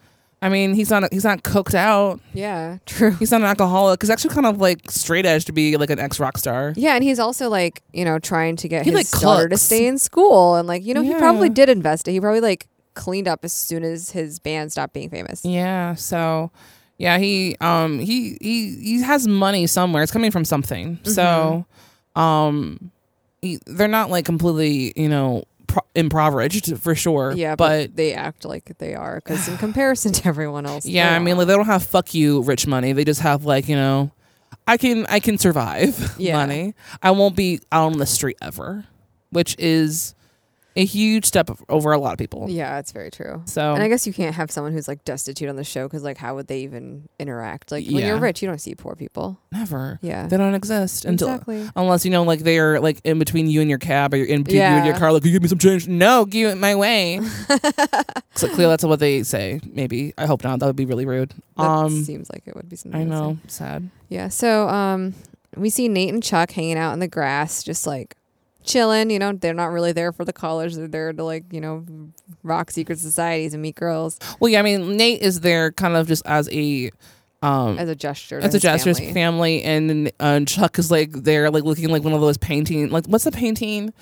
I mean, he's not he's not cooked out.
Yeah, true.
He's not an alcoholic. He's actually kind of like straight edge to be like an ex rock star.
Yeah, and he's also like, you know, trying to get
He,
his
like,
daughter to
cooks.
stay in school. And like, you know, he probably
Yeah.
did invest it. He probably like cleaned up as soon as his band stopped being famous.
Yeah. So, yeah, he um he he he has money somewhere. It's coming from something. So, um, he, they're not like completely you know pro- impoverished for sure.
Yeah,
but.
but they act like they are because in comparison to everyone else.
yeah,
they're
I mean,
not.
like they don't have "fuck you" rich money. They just have like you know, I can I can survive (laughs)
Yeah.
money. I won't be out on the street ever, which is a huge step over a lot of people.
yeah, it's very true.
So
And I guess you can't have someone who's like destitute on the show because like how would they even interact? Like when you're
Yeah.
rich, you don't see poor people.
never.
Yeah.
They don't exist until
Exactly.
unless you know like they are like in between you and your cab or you're in between you and
Yeah.
your car like you give me some change. No, give it my
(laughs)
way. so clearly that's what they say, maybe. I hope not. That would be really rude.
That
um
seems like it would be something.
I
to say.
know. Sad.
Yeah. So um, we see Nate and Chuck hanging out in the grass, just like chilling. You know, they're not really there for the callers. They're there to like you know rock secret societies and meet girls
Well yeah, I mean Nate is there kind of just as a um
as a gesture. to
It's a
his
Jester's family,
family.
and uh, Chuck is like there, like looking like one of those painting. Like, what's the painting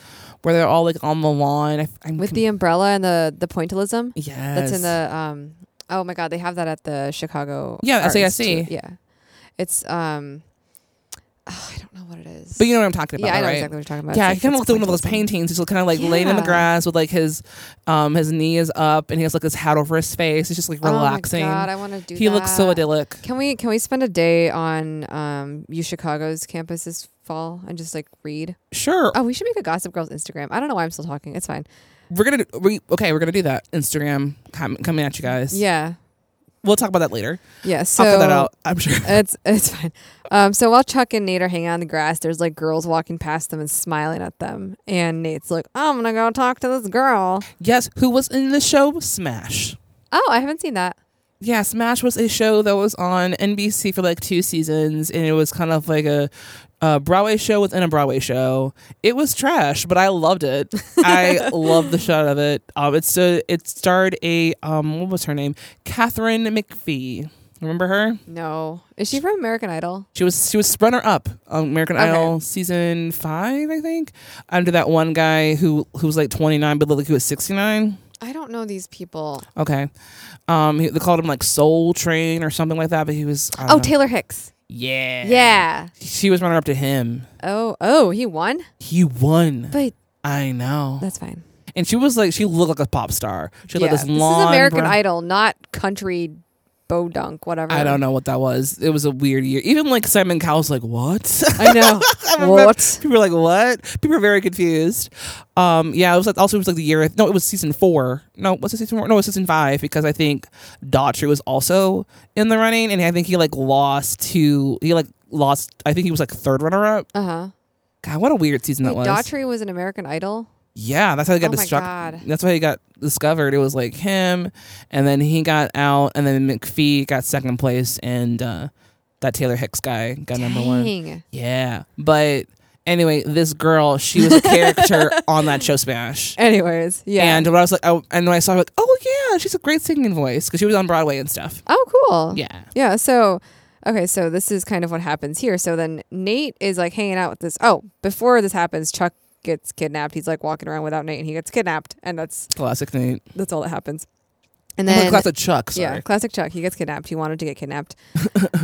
where they're all like on the lawn? I, I'm
with
con-
the umbrella and the the pointillism.
yes,
That's in the um. Oh my God, they have that at the Chicago.
Yeah,
Arts
SAIC.
too. Yeah, it's um. (sighs) oh, I don't know what it is.
But you know what I'm talking about,
yeah, I know
right?
exactly what you're talking about.
Yeah,
It's
he kind of
it's
looked like one of those
pointillism.
paintings. He's kind of like laying in the
Yeah.
grass with like his, um, his knee is up, and he has like his hat over his face. He's just like relaxing.
Oh my God, I want to do.
he looks so
that.
idyllic.
Can we can we spend a day on um U Chicago's campus this fall and just like read?
Sure,
Oh, we should make a Gossip Girls Instagram. I don't know why I'm still talking. It's fine.
we're gonna we, okay. We're gonna do that Instagram com- coming at you guys.
Yeah,
we'll talk about that later.
yeah. So
I'll cut that out. I'm sure. (laughs)
It's it's fine. Um, so while Chuck and Nate are hanging out in the grass, there's like girls walking past them and smiling at them. And Nate's like, "I'm gonna go talk to this girl."
yes, who was in the show Smash?
Oh, I haven't seen that.
yeah, Smash was a show that was on NBC for like two seasons, and it was kind of like a, a Broadway show within a Broadway show. It was trash, but I loved (laughs) it. I loved the shot of it. Um, it's a, it starred a um, what was her name? Catherine McPhee. Remember her?
No. Is she from American Idol?
She was she was runner up on American
Okay.
Idol season five, I think, under that one guy who who was like twenty nine, but looked like he was sixty nine.
I don't know these people.
Okay, um, he- they called him like Soul Train or something like that, but he was I don't
Oh,
know.
Taylor Hicks.
yeah,
Yeah.
She was runner up to him.
Oh, oh, he won?
He won.
But
I know,
that's fine.
and she was like she looked like a pop star. She had
Yeah.
like this
This
long.
is American
brown-
Idol, not country bodunk, whatever.
I don't know what that was. It was a weird year. Even like Simon Cowell's like what?
(laughs) I know.
(laughs)
what?
People were like, "What?" People were very confused. Um, yeah, it was like, also it was like the year. No, it was season four. No, was it season four? No, it was season five because I think Daughtry was also in the running, and I think he like lost to he like lost. I think he was like third runner up.
Uh huh.
God, what a weird season that was.
Daughtry was an American Idol.
Yeah, that's how he got
Oh my God.
discovered. That's how he got discovered. It was like him, and then he got out, and then McPhee got second place, and uh, that Taylor Hicks guy got number one.
Dang.
Yeah. But anyway, this girl, she was a
(laughs)
character on that show Smash.
Anyways, yeah.
And when I was like, I, and when I saw her, like, oh yeah, she's a great singing voice because she was on Broadway and stuff.
oh, cool.
Yeah.
Yeah. So, okay. So this is kind of what happens here. So then Nate is like hanging out with this. Oh, before this happens, Chuck gets kidnapped. He's like walking around without Nate, and he gets kidnapped, and that's
Classic Nate.
that's all that happens. And
Like,
then
Classic Chuck.
yeah,
Sorry.
classic Chuck. He gets kidnapped. He wanted to
(laughs)
get kidnapped.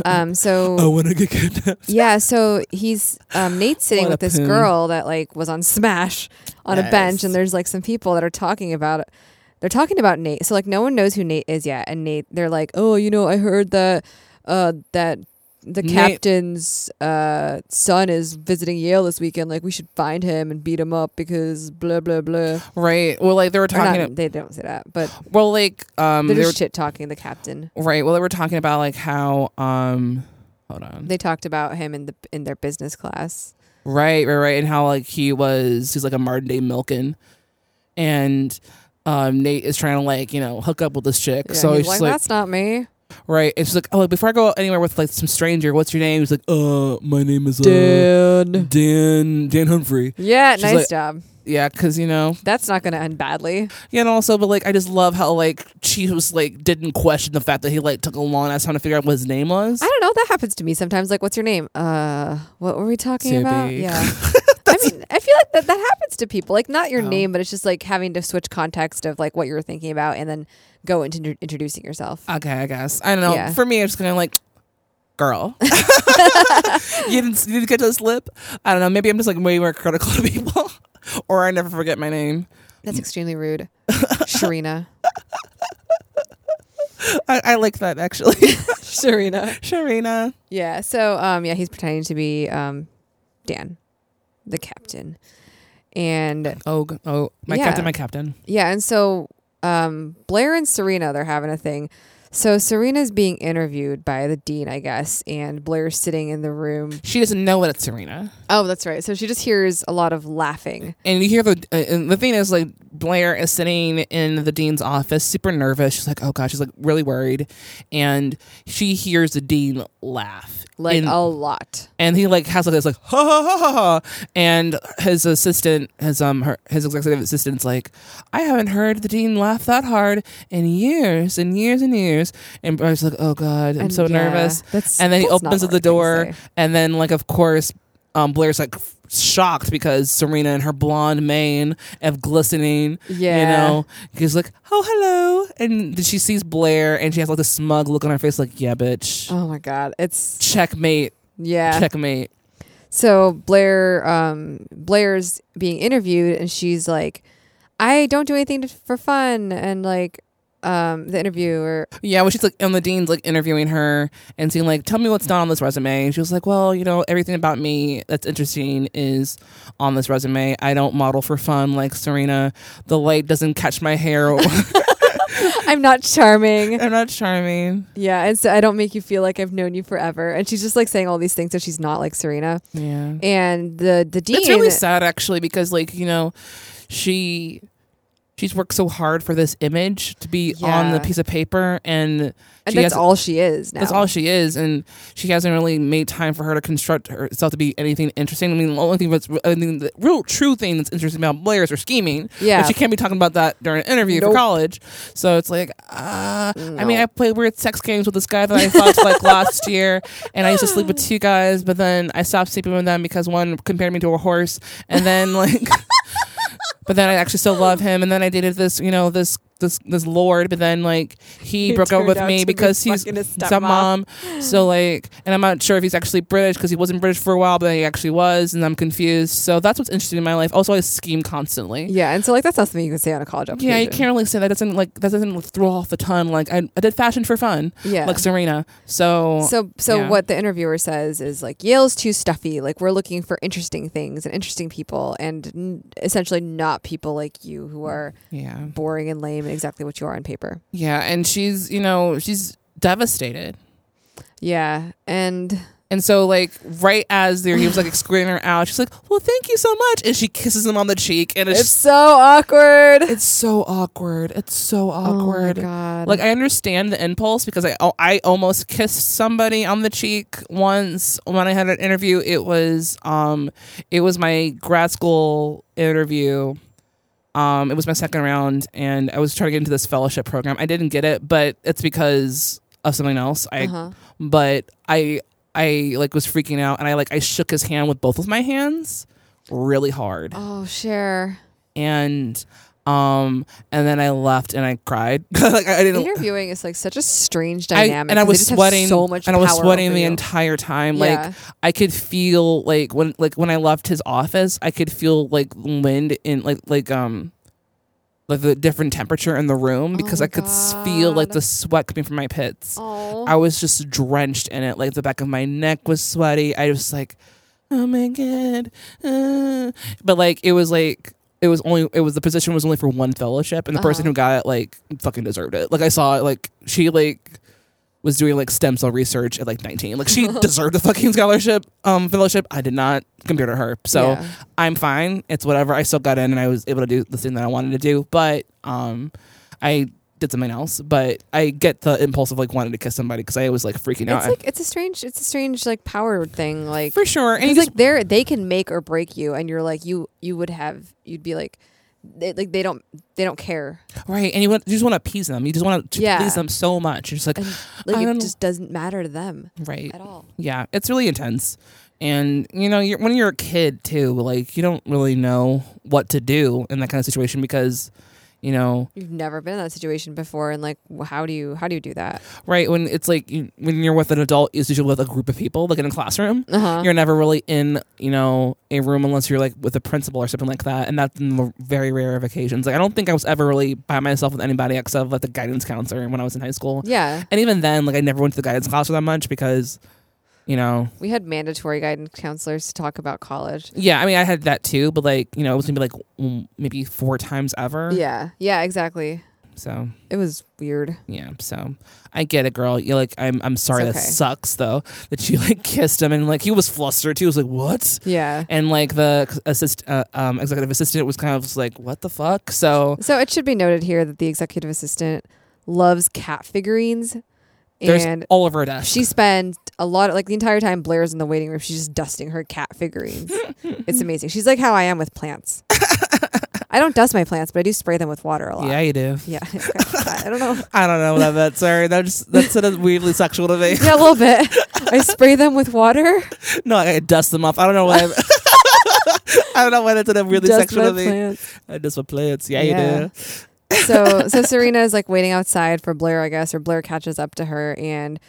um. So
Oh, I want to get kidnapped.
yeah. So he's um Nate's sitting
What a
with this
poon.
girl that like was on Smash on a bench,
Yes.
and there's like some people that are talking about it. They're talking about Nate. So like no one knows who Nate is yet, and Nate they're like, oh, you know, I heard that uh that the
Nate-
captain's uh son is visiting Yale this weekend. Like we should find him and beat him up because blah blah blah.
Right. Well, like they were
Or not-
talking.
they don't say that, but
well, like um,
they're
they were,
just shit talking the captain.
right. Well, they were talking about like how um, hold on.
They talked about him in the in their business class.
Right, right, right. And how like he was he's like a modern day Milken. And um Nate is trying to like, you know, hook up with this chick.
Yeah,
so
he's
he's just
like,
like,
that's not me.
right. And she's like, Oh, before I go anywhere with like some stranger, what's your name? He's like, Uh, my name is uh,
Dude.
Dan Dan Humphrey.
Yeah,
She's
nice
like-
job.
Yeah, because you know.
That's not going to end badly.
Yeah, and also but like I just love how like she was like didn't question the fact that he like took a long ass time to figure out what his name was.
I don't know. That happens to me sometimes. Like, what's your name? Uh, what were we talking
To
about?
be-
Yeah.
(laughs)
I mean, I feel like that that happens to people. Like, not
Oh.
your name, but it's just like having to switch context of like what you're thinking about, and then go into inter- introducing yourself.
Okay, I guess. I don't know.
Yeah.
For me, I'm just kind of like,
(laughs)
girl. you, didn't, you didn't get to slip? I don't know. Maybe I'm just like way more critical to people. (laughs) or I never forget my name.
That's
(laughs)
extremely rude, Sharina.
I, I like that actually.
(laughs) Sharina.
Sharina.
Yeah. So, um, yeah, he's pretending to be um, Dan, the captain, and
Oh, g- oh, my
Yeah.
captain, my captain.
Yeah, and so um, Blair and Serena, they're having a thing. So Serena's being interviewed by the dean, I guess, and Blair's sitting in the room.
She doesn't know that it's Serena.
Oh, that's right. So she just hears a lot of laughing.
And you hear the uh, and the thing is like Blair is sitting in the dean's office, super nervous. She's like, oh gosh, she's like really worried, and she hears the dean laugh
Like oh.
And-
a lot.
and he like has like this like ha ha ha ha, ha. and his assistant his um her, his executive assistant's like I haven't heard the dean laugh that hard in years and years and years and Bryce's like oh god I'm
And
so
yeah,
nervous
that's-
and then he
that's not
opens
the
up the
right thing to
door
say.
and then like of course um Blair's like f- shocked because Serena and her blonde mane of glistening you
Yeah.
know he's like oh hello and then she sees Blair and she has like this smug look on her face like yeah bitch
Oh my god. It's
checkmate
yeah.
checkmate
So Blair um Blair's being interviewed and she's like I don't do anything to, for fun and like um the interviewer (laughs)
Yeah, well, she's like, and the dean's like interviewing her and saying like, "Tell me what's not on this resume." And she was like, "Well, you know, everything about me that's interesting is on this resume. I don't model for fun like Serena. The light doesn't catch my hair. (laughs)
I'm not charming.
I'm not charming."
Yeah, and so I don't make you feel like I've known you forever. And she's just like saying all these things that she's not like Serena.
Yeah,
And the the dean
it's really sad actually because like you know, she she's worked so hard for this image to be on the
Yeah.
piece of paper, and,
And
she has,
that's all she is now.
That's all she is, and she hasn't really made time for her to construct herself to be anything interesting. I mean, the only thing that's I mean, the real true thing that's interesting about Blair is her scheming.
Yeah.
but she can't be talking about that during an interview
Nope.
for college. So it's like, uh, I mean, I played weird sex games with this guy that I fucked like last year, and I used to sleep with two guys, but then I stopped sleeping with them because one compared me to a horse, and then like. But then I actually still love him, and then I dated this, you know, this this this lord. But then like he,
He
broke up
turned
with
out to
me
be
because he's
fucking his
stepmom. So like, and I'm not sure if he's actually British because he wasn't British for a while, but then he actually was, and I'm confused. So that's what's interesting in my life. Also, I scheme constantly.
yeah, and so like that's not something you can say on a college application.
Yeah, you can't really say that doesn't like that doesn't throw off the tongue. Like I, I did fashion for fun.
Yeah.
like Serena. So
So so
yeah.
what the interviewer says is like Yale's too stuffy. Like we're looking for interesting things and interesting people and n- essentially not people like you who are
Yeah,
boring and lame and exactly what you are on paper.
yeah, and she's you know she's devastated.
Yeah. And
And so, like, right as there, he was like escorting her out. She's like, "Well, thank you so much," and she kisses him on the cheek, and it's
it's
just-
so awkward.
it's so awkward. It's so awkward.
Oh God.
Like, I understand the impulse because I oh, I almost kissed somebody on the cheek once when I had an interview. It was um, it was my grad school interview. Um, it was my second round, and I was trying to get into this fellowship program. I didn't get it, but it's because of something else. I,
Uh-huh.
but I, I like was freaking out, and I like I shook his hand with both of my hands, really hard,
oh, share.
and um, and then I left and I cried. (laughs) like I didn't.
Interviewing is like such a strange
I,
dynamic.
and I
'cause they
was
just have
sweating
so much
and I was
power
sweating
over
the
you.
entire time.
Yeah.
Like I could feel like when like when I left his office, I could feel like wind in like like um like the different temperature in the room because
Oh my
I could s- feel like
God.
the sweat coming from my pits.
Aw.
I was just drenched in it. Like the back of my neck was sweaty. I was like, oh my god. uh." But like it was like it was only it was the position was only for one fellowship and the person who got it like fucking deserved it. Like I saw it like she like was doing like stem cell research at like 19. Like she deserved a fucking scholarship um fellowship. I did not compared to her. So
Yeah.
I'm fine. It's whatever. I still got in and I was able to do the thing that I wanted to do, but um I did something else, but I get the impulse of like wanting to kiss somebody because I was like freaking out.
It's like it's a strange it's a strange like power thing like
for sure. And you
It's
just
like they're they can make or break you, and you're like you you would have you'd be like, they, like they don't they don't care.
Right, and you, want, you just want to appease them. You just want to
Yeah.
please them so much. You're just like, (sighs)
And
I
like
don't
it just doesn't matter to them
right.
at all.
Yeah, it's really intense, and you know, you're, when you're a kid too, like you don't really know what to do in that kind of situation because, you know,
You've never been in that situation before, and like wh- how do you how do you do that?
right when it's like you, when you're with an adult, it's usually with a group of people, like in a classroom.
Uh-huh.
You're never really in, you know, a room unless you're like with a principal or something like that, and that's in the very rare of occasions. Like I don't think I was ever really by myself with anybody except like the guidance counselor when I was in high school.
Yeah,
And even then, like I never went to the guidance class that much because, you know,
we had mandatory guidance counselors to talk about college.
yeah. I mean, I had that too, but like you know, it was gonna be like mm, maybe four times ever.
Yeah, yeah, exactly.
So
It was weird.
yeah. So I get it, girl. You're like, I'm. I'm sorry.
It's
That
okay.
sucks though. That you like (laughs) kissed him and like he was flustered too. He was like, what?
Yeah.
And like the assist, uh, um, executive assistant was kind of just like, what the fuck? So
So it should be noted here that the executive assistant loves cat figurines,
there's
and
all over her desk.
she spends a lot of like the entire time Blair's in the waiting room, she's just dusting her cat figurines. (laughs) it's amazing. She's like how I am with plants. I don't dust my plants, but I do spray them with water a lot.
yeah, you do.
Yeah. (laughs) I don't know.
I don't know about that. Sorry, that's that's sort of weirdly sexual to me. (laughs)
Yeah, a little bit. I spray them with (laughs) water.
No, I I dust them off. I don't know
(laughs)
why. (laughs) I'm- I don't know why that's a really
dust
sexual
my
to me.
(laughs) plants.
I just with plants. Yeah,
Yeah.
you do.
So so Serena is like waiting outside for Blair, I guess, or Blair catches up to her and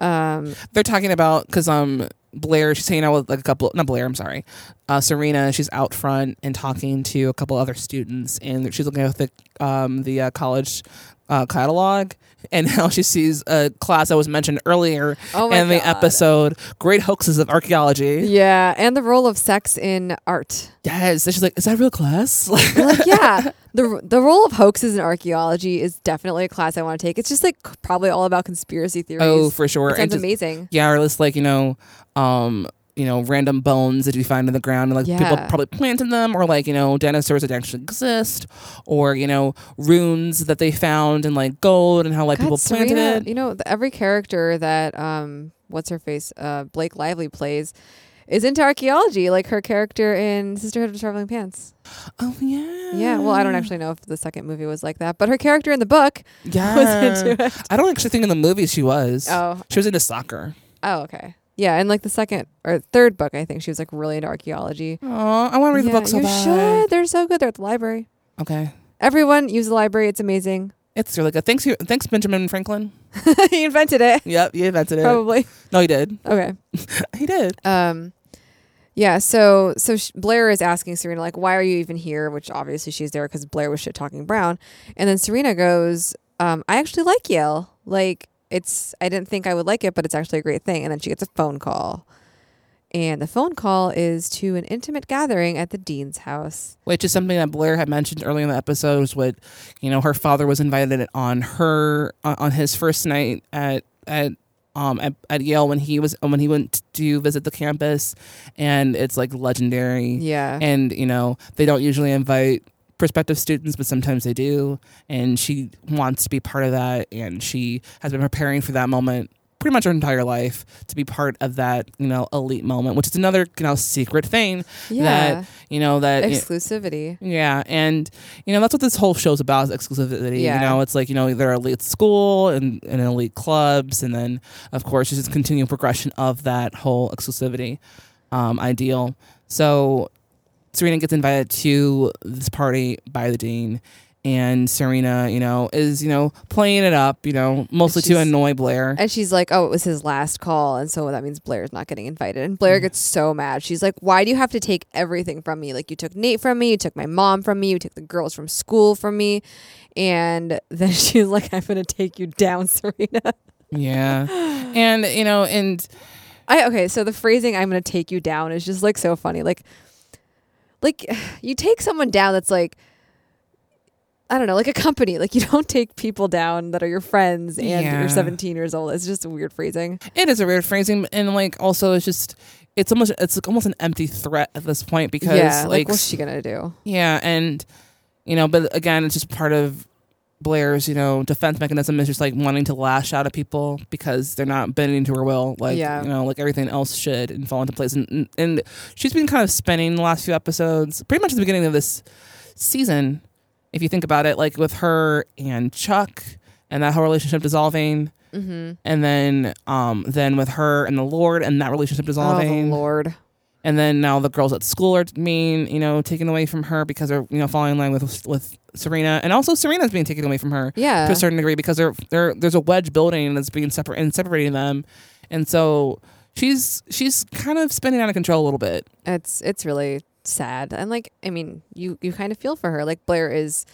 um
They're talking about because um Blair, she's hanging out with like a couple. Not Blair. I'm sorry. Uh, Serena, she's out front and talking to a couple other students, and she's looking at the um the uh, college uh, catalog. And (laughs) now she sees a class that was mentioned earlier
Oh my
in the
God.
episode, Great Hoaxes of Archaeology.
yeah, and the role of sex in art.
Yes. And she's like, Is that a real class? (laughs) Like, (laughs)
like yeah the the role of hoaxes in archaeology is definitely a class i want to take it's just like c- probably all about conspiracy theories
oh, for sure.
It sounds
And just-
amazing
yeah, or it's like you know, um, you know, random bones that you find in the ground, and like people
Yeah.
probably planted them, or like you know, dinosaurs that actually exist, or you know, runes that they found and like gold and how like people
God,
planted
Serena,
it.
you know, th- every character that um, what's her face, uh, Blake Lively plays, is into archaeology, like her character in Sisterhood of Traveling Pants.
Oh yeah,
Yeah, well, I
Mm.
don't actually know if the second movie was like that, but her character in the book (laughs)
Yeah,
was into it.
I don't actually think in the movie she was.
Oh.
she was into soccer.
Oh, okay. Yeah, and like the second or third book, I think she was like really into archaeology.
Oh, I want to read the
Yeah,
book so
you
bad.
should. They're so good. They're at the library.
Okay,
Everyone use the library. It's amazing. (laughs)
it's really good. Thanks, you. Thanks, Benjamin Franklin.
he invented it,
Yep, you invented it.
probably.
No, he did. (laughs)
Okay.
He did.
Um, yeah. So so sh- Blair is asking Serena like, "Why are you even here?" Which obviously she's there because Blair was shit talking Brown, and then Serena goes, um, "I actually like Yale. Like, it's I didn't think I would like it, but it's actually a great thing." And then she gets a phone call, and the phone call is to an intimate gathering at the dean's house.
which is something that Blair had mentioned earlier in the episode. Was what you know her father was invited on her on on his first night at at um at, at Yale when he was when he went to visit the campus, and it's like legendary.
Yeah.
and you know they don't usually invite prospective students but sometimes they do and she wants to be part of that and she has been preparing for that moment pretty much her entire life to be part of that you know elite moment which is another you know secret thing
Yeah.
that you know that
Exclusivity.
yeah, and you know that's what this whole show's about: is exclusivity.
Yeah.
You know, it's like you know they're elite school and, and elite clubs, and then of course it's just continued progression of that whole exclusivity um, ideal. So Serena gets invited to this party by the dean, and Serena, you know, is you know playing it up, you know, mostly to
she's-
annoy Blair.
And she's like, "Oh, it was his last call, and so that means Blair's not getting invited." And
Mm-hmm.
Blair gets so mad. She's like, "Why do you have to take everything from me? Like you took Nate from me, you took my mom from me, you took the girls from school from me." And (laughs) then she's like, "I'm gonna take you down, (laughs) Serena."
yeah, and you know, and
I okay. So the phrasing "I'm gonna take you down" is just like so funny. Like, like (sighs) you take someone down that's like. I don't know, like a company. Like you (laughs) don't take people down that are your friends and
Yeah.
you're 17 years old. It's just a weird phrasing.
It is a weird phrasing, and like also it's just it's almost it's like almost an empty threat at this point because
yeah,
like,
like what's she gonna do?
yeah, and you know, but again, it's just part of Blair's you know defense mechanism is just like wanting to lash out at people because they're not bending to her will, like
Yeah.
you know, like everything else should and fall into place, and and, and she's been kind of spinning the last few episodes, pretty much at the beginning of this season, if you think about it, like with her and Chuck and that whole relationship dissolving.
Mm-hmm.
And then, um, then with her and the Lord and that relationship
Oh, the
dissolving,
Lord.
and then now the girls at school are mean, you know, taken away from her because they're you know falling in line with with Serena, and also Serena's being taken away from her
Yeah.
to a certain degree because they're, they're, there's a wedge building that's being separate and separating them, and so she's she's kind of spinning out of control a little bit.
It's it's really sad. And like I mean, you you kind of feel for her. Like Blair is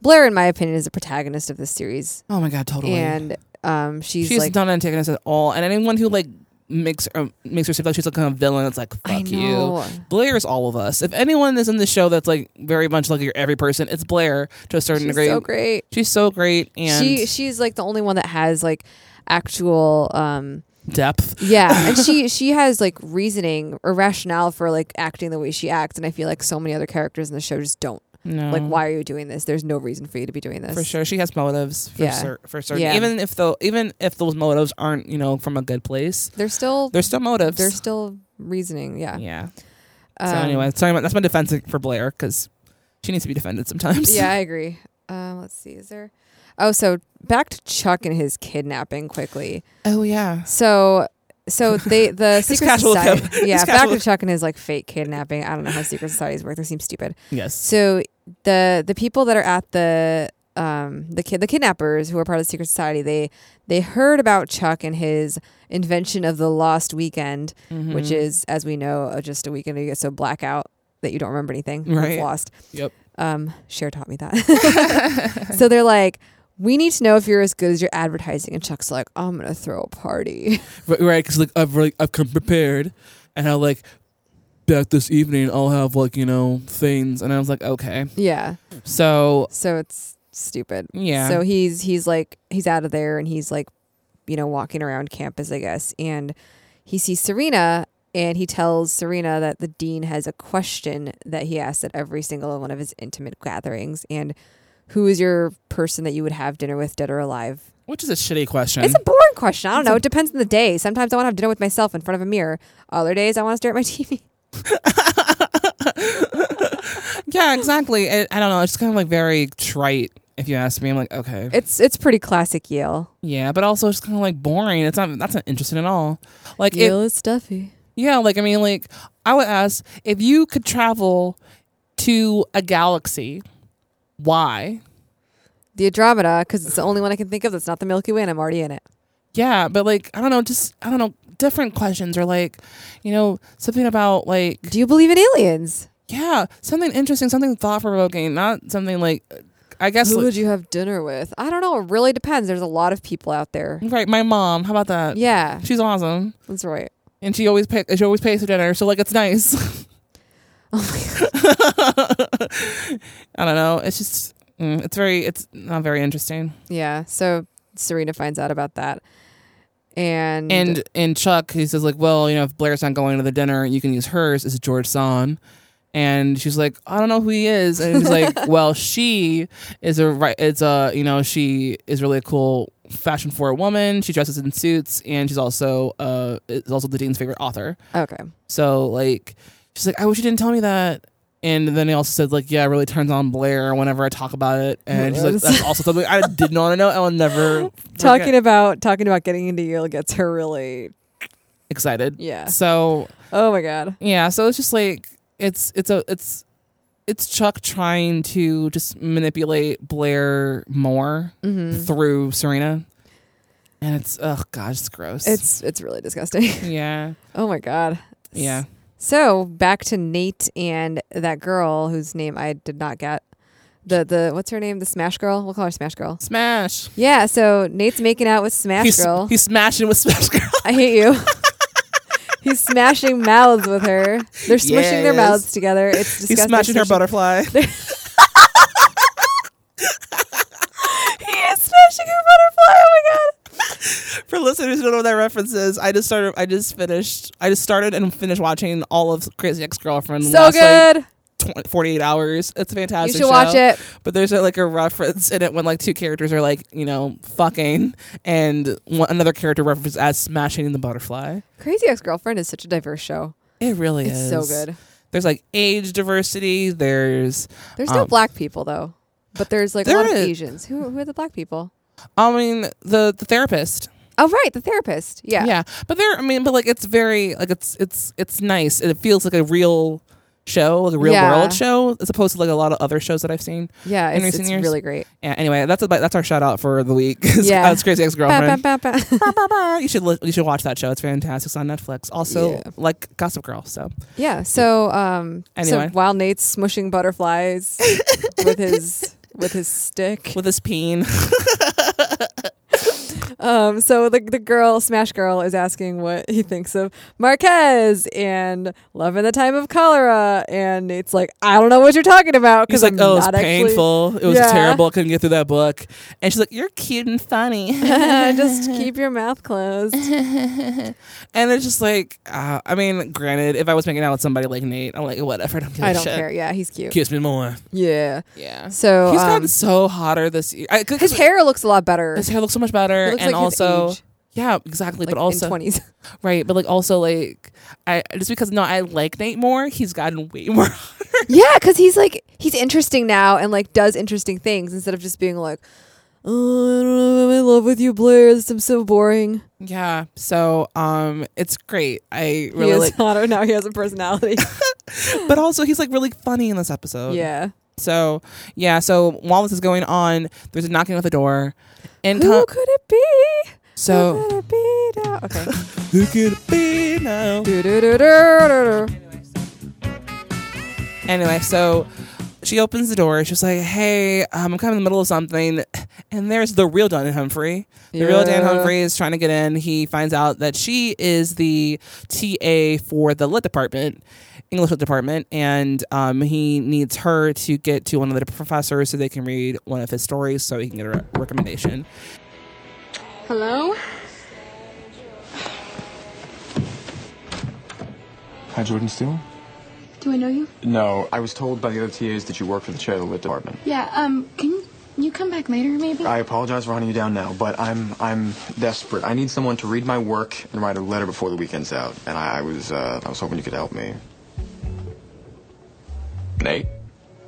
Blair in my opinion is the protagonist of this series.
Oh my god, totally.
And um she's,
she's
like
not an antagonist at all, and anyone who like makes her, makes her seem like she's like a villain, it's like fuck
I know.
you. Blair is all of us. If anyone is in the show that's like very much like your every person, it's Blair to a certain
she's
degree.
so great.
She's so great and
She she's like the only one that has like actual um
depth.
yeah
(laughs)
and she she has like reasoning or rationale for like acting the way she acts and i feel like so many other characters in the show just don't
No,
like why are you doing this there's no reason for you to be doing this
For sure, she has motives. For,
Yeah.
cer- for certain,
Yeah.
even if though, even if those motives aren't you know from a good place,
they're still
there's still motives.
they're still reasoning yeah
yeah. So
Um,
anyway, sorry, about- that's my defense for Blair because she needs to be defended sometimes.
Yeah, I agree. Um, let's see. Is there? Oh, so back to Chuck and his kidnapping quickly.
(laughs) Oh yeah.
So, so they the secret
casual
society.
cap- his
Yeah, back
casual-
to Chuck and his like fake kidnapping. I don't know how secret societies work. They seem stupid.
Yes.
So the the people that are at the um the kid the kidnappers who are part of the secret society they they heard about Chuck and his invention of the lost weekend,
mm-hmm.
which is (laughs) as we know uh, just a weekend where you get so blackout that you don't remember anything. It's
Right.
lost.
Yep.
Um, Cher taught me that. (laughs) so they're like, we need to know if you're as good as your advertising. And Chuck's like, I'm gonna throw a party. (laughs)
Right, (laughs) right. Because like I've really I've come prepared, and I like back this evening I'll have like you know things, and I was like okay.
yeah.
So
So it's stupid.
Yeah.
So he's he's like he's out of there and he's like, you know, walking around campus, I guess, and he sees Serena and he tells Serena that the dean has a question that he asks at every single one of his intimate gatherings. And who is your person that you would have dinner with, dead or alive?
Which is a shitty question.
It's a boring question. I don't know. It depends on the day. Sometimes I want to have dinner with myself in front of a mirror. Other days I want to stare at my (laughs) TV.
yeah, exactly. It, I don't know. It's kind of like very trite. If you ask me, I'm like, okay,
It's it's pretty classic Yale.
yeah, but also it's kind of like boring. It's not that's not interesting at all. Like, it,
is stuffy.
yeah, like I mean, like I would ask if you could travel to a galaxy, why?
The Andromeda, because it's the only one I can think of that's not the Milky Way, and I'm already in it.
Yeah, but like I don't know, just I don't know, different questions or like, you know, something about like
Do you believe in aliens?
yeah, something interesting, something thought provoking, not something like I guess
Who
like-
would you have dinner with? I don't know. It really depends. There's a lot of people out there.
right. My mom, how about that?
Yeah,
she's awesome,
that's right.
and she always pay, she always pays for dinner, so like it's nice. (laughs) I don't know. It's just mm, it's very it's not very interesting.
Yeah. So Serena finds out about that, and
And and Chuck, he says like, well, you know, if Blair's not going to the dinner, you can use hers. Is George San? And she's like, I don't know who he is. And he's like, well, she is a right. It's a you know, she is really a cool fashion for a woman. She dresses in suits, and she's also uh is also the dean's favorite author.
okay,
So like, she's like, I wish you didn't tell me that. And then he also said like, yeah, it really turns on Blair whenever I talk about it. And she's like,
Yes.
that's also something I did not want to know. I will never
(laughs) talking
forget."
about talking about getting into Yale gets her really.
excited.
Yeah.
So
Oh my god.
Yeah, so it's just like it's it's a it's it's Chuck trying to just manipulate Blair more
Mm-hmm.
through Serena, and it's oh god, it's gross.
It's it's really disgusting. (laughs)
yeah,
Oh my god.
yeah.
So back to Nate and that girl whose name I did not get. The the what's her name? The Smash Girl. We'll call her Smash Girl.
Smash.
Yeah. So Nate's making out with Smash
He's
Girl.
he's smashing with Smash Girl.
I hate you. (laughs) He's smashing mouths with her. They're smushing their
Yes.
mouths together. It's disgusting.
he's smashing her
Smushing-
(laughs) butterfly.
He is smashing her butterfly. Oh my god.
For listeners who don't know what that reference is, I just started. I just finished. I just started and finished watching all of Crazy Ex Girlfriend.
So good.
Like, 20, 48 hours. It's a fantastic.
You should
show.
watch it.
But there's a, like a reference in it when like two characters are like you know fucking, and one, another character references as smashing the butterfly.
Crazy Ex Girlfriend is such a diverse show.
It really
It's
is
so good.
There's like age diversity. There's
There's no
Um,
black people though, but there's like a
there
lot
is-
of Asians. Who who are the black people?
I mean the the therapist.
Oh right, the therapist. Yeah.
yeah. But there I mean but like it's very like it's it's it's nice. It feels like a real show, like a real
Yeah.
world show, as opposed to like a lot of other shows that I've seen.
Yeah,
in
it's,
recent
it's
years.
really great.
Yeah. Anyway, that's about that's our shout out for the week. (laughs)
Yeah.
that's crazy ex
Ba,
girlfriend.
ba, ba, ba. (laughs)
you should li- you should watch that show. It's fantastic. It's on Netflix. Also,
Yeah.
like Gossip Girl. So
yeah. So um
Anyway.
so while Nate's smushing
(laughs)
butterflies with his with his stick.
with this
(laughs)
peen,
Um so the the girl, Smash Girl, is asking what he thinks of Marquez and Love in the Time of Cholera and Nate's like, I don't know what you're talking about
he's
because
like,
I'm
"Oh, it's
not actually-
painful. It was
Yeah.
terrible. I couldn't get through that book." And she's like, "You're cute and
(laughs)
funny."
(laughs) Just keep your mouth closed.
and it's just like, uh, I mean, granted, if I was making out with somebody like Nate, I'm like, whatever. (laughs) I don't, give a
I don't
shit.
care. Yeah, he's cute.
Kiss me more.
Yeah.
Yeah.
So
He's
um,
gotten so hotter this year. I, 'cause
his hair looks a lot better.
his hair looks so much better,
It looks
and
like his
also,
age.
yeah, exactly.
like
but also, (laughs)
in 20s.
right? But like also, like I just because no, I like Nate more. He's gotten way (laughs) more.
(laughs) yeah, because he's like he's interesting now and like does interesting things instead of just being like, oh, I don't know, I'm in love with you, Blair. This- I'm so boring.
yeah. So um, it's great. I really
he is (laughs)
like.
hotter now. He has a
(laughs)
personality.
but also he's like really funny in this episode.
yeah.
So yeah. So while this is going on, there's a knocking at the door, and
Who
co-
could it be? Who
so
could it be now?
(laughs)
Okay.
who could it be now?
Do-do-do-do-do-do.
Anyway, so she opens the door. She's like, "Hey, um, I'm kind of in the middle of something," and there's the real Dan Humphrey. The real Dan
Yeah.
Humphrey is trying to get in. He finds out that she is the TA for the lit department, English lit department, and um, he needs her to get to one of the professors so they can read one of his stories so he can get a re- recommendation.
Hello?
Hi, Jordan Steele.
Do I know you?
No, I was told by the other TAs that you work for the chair of the lit department.
Yeah, um, can you, you come back later, maybe?
I apologize for hunting you down now, but I'm I'm desperate. I need someone to read my work and write a letter before the weekend's out, and I, I was uh, I was hoping you could help me. Nate,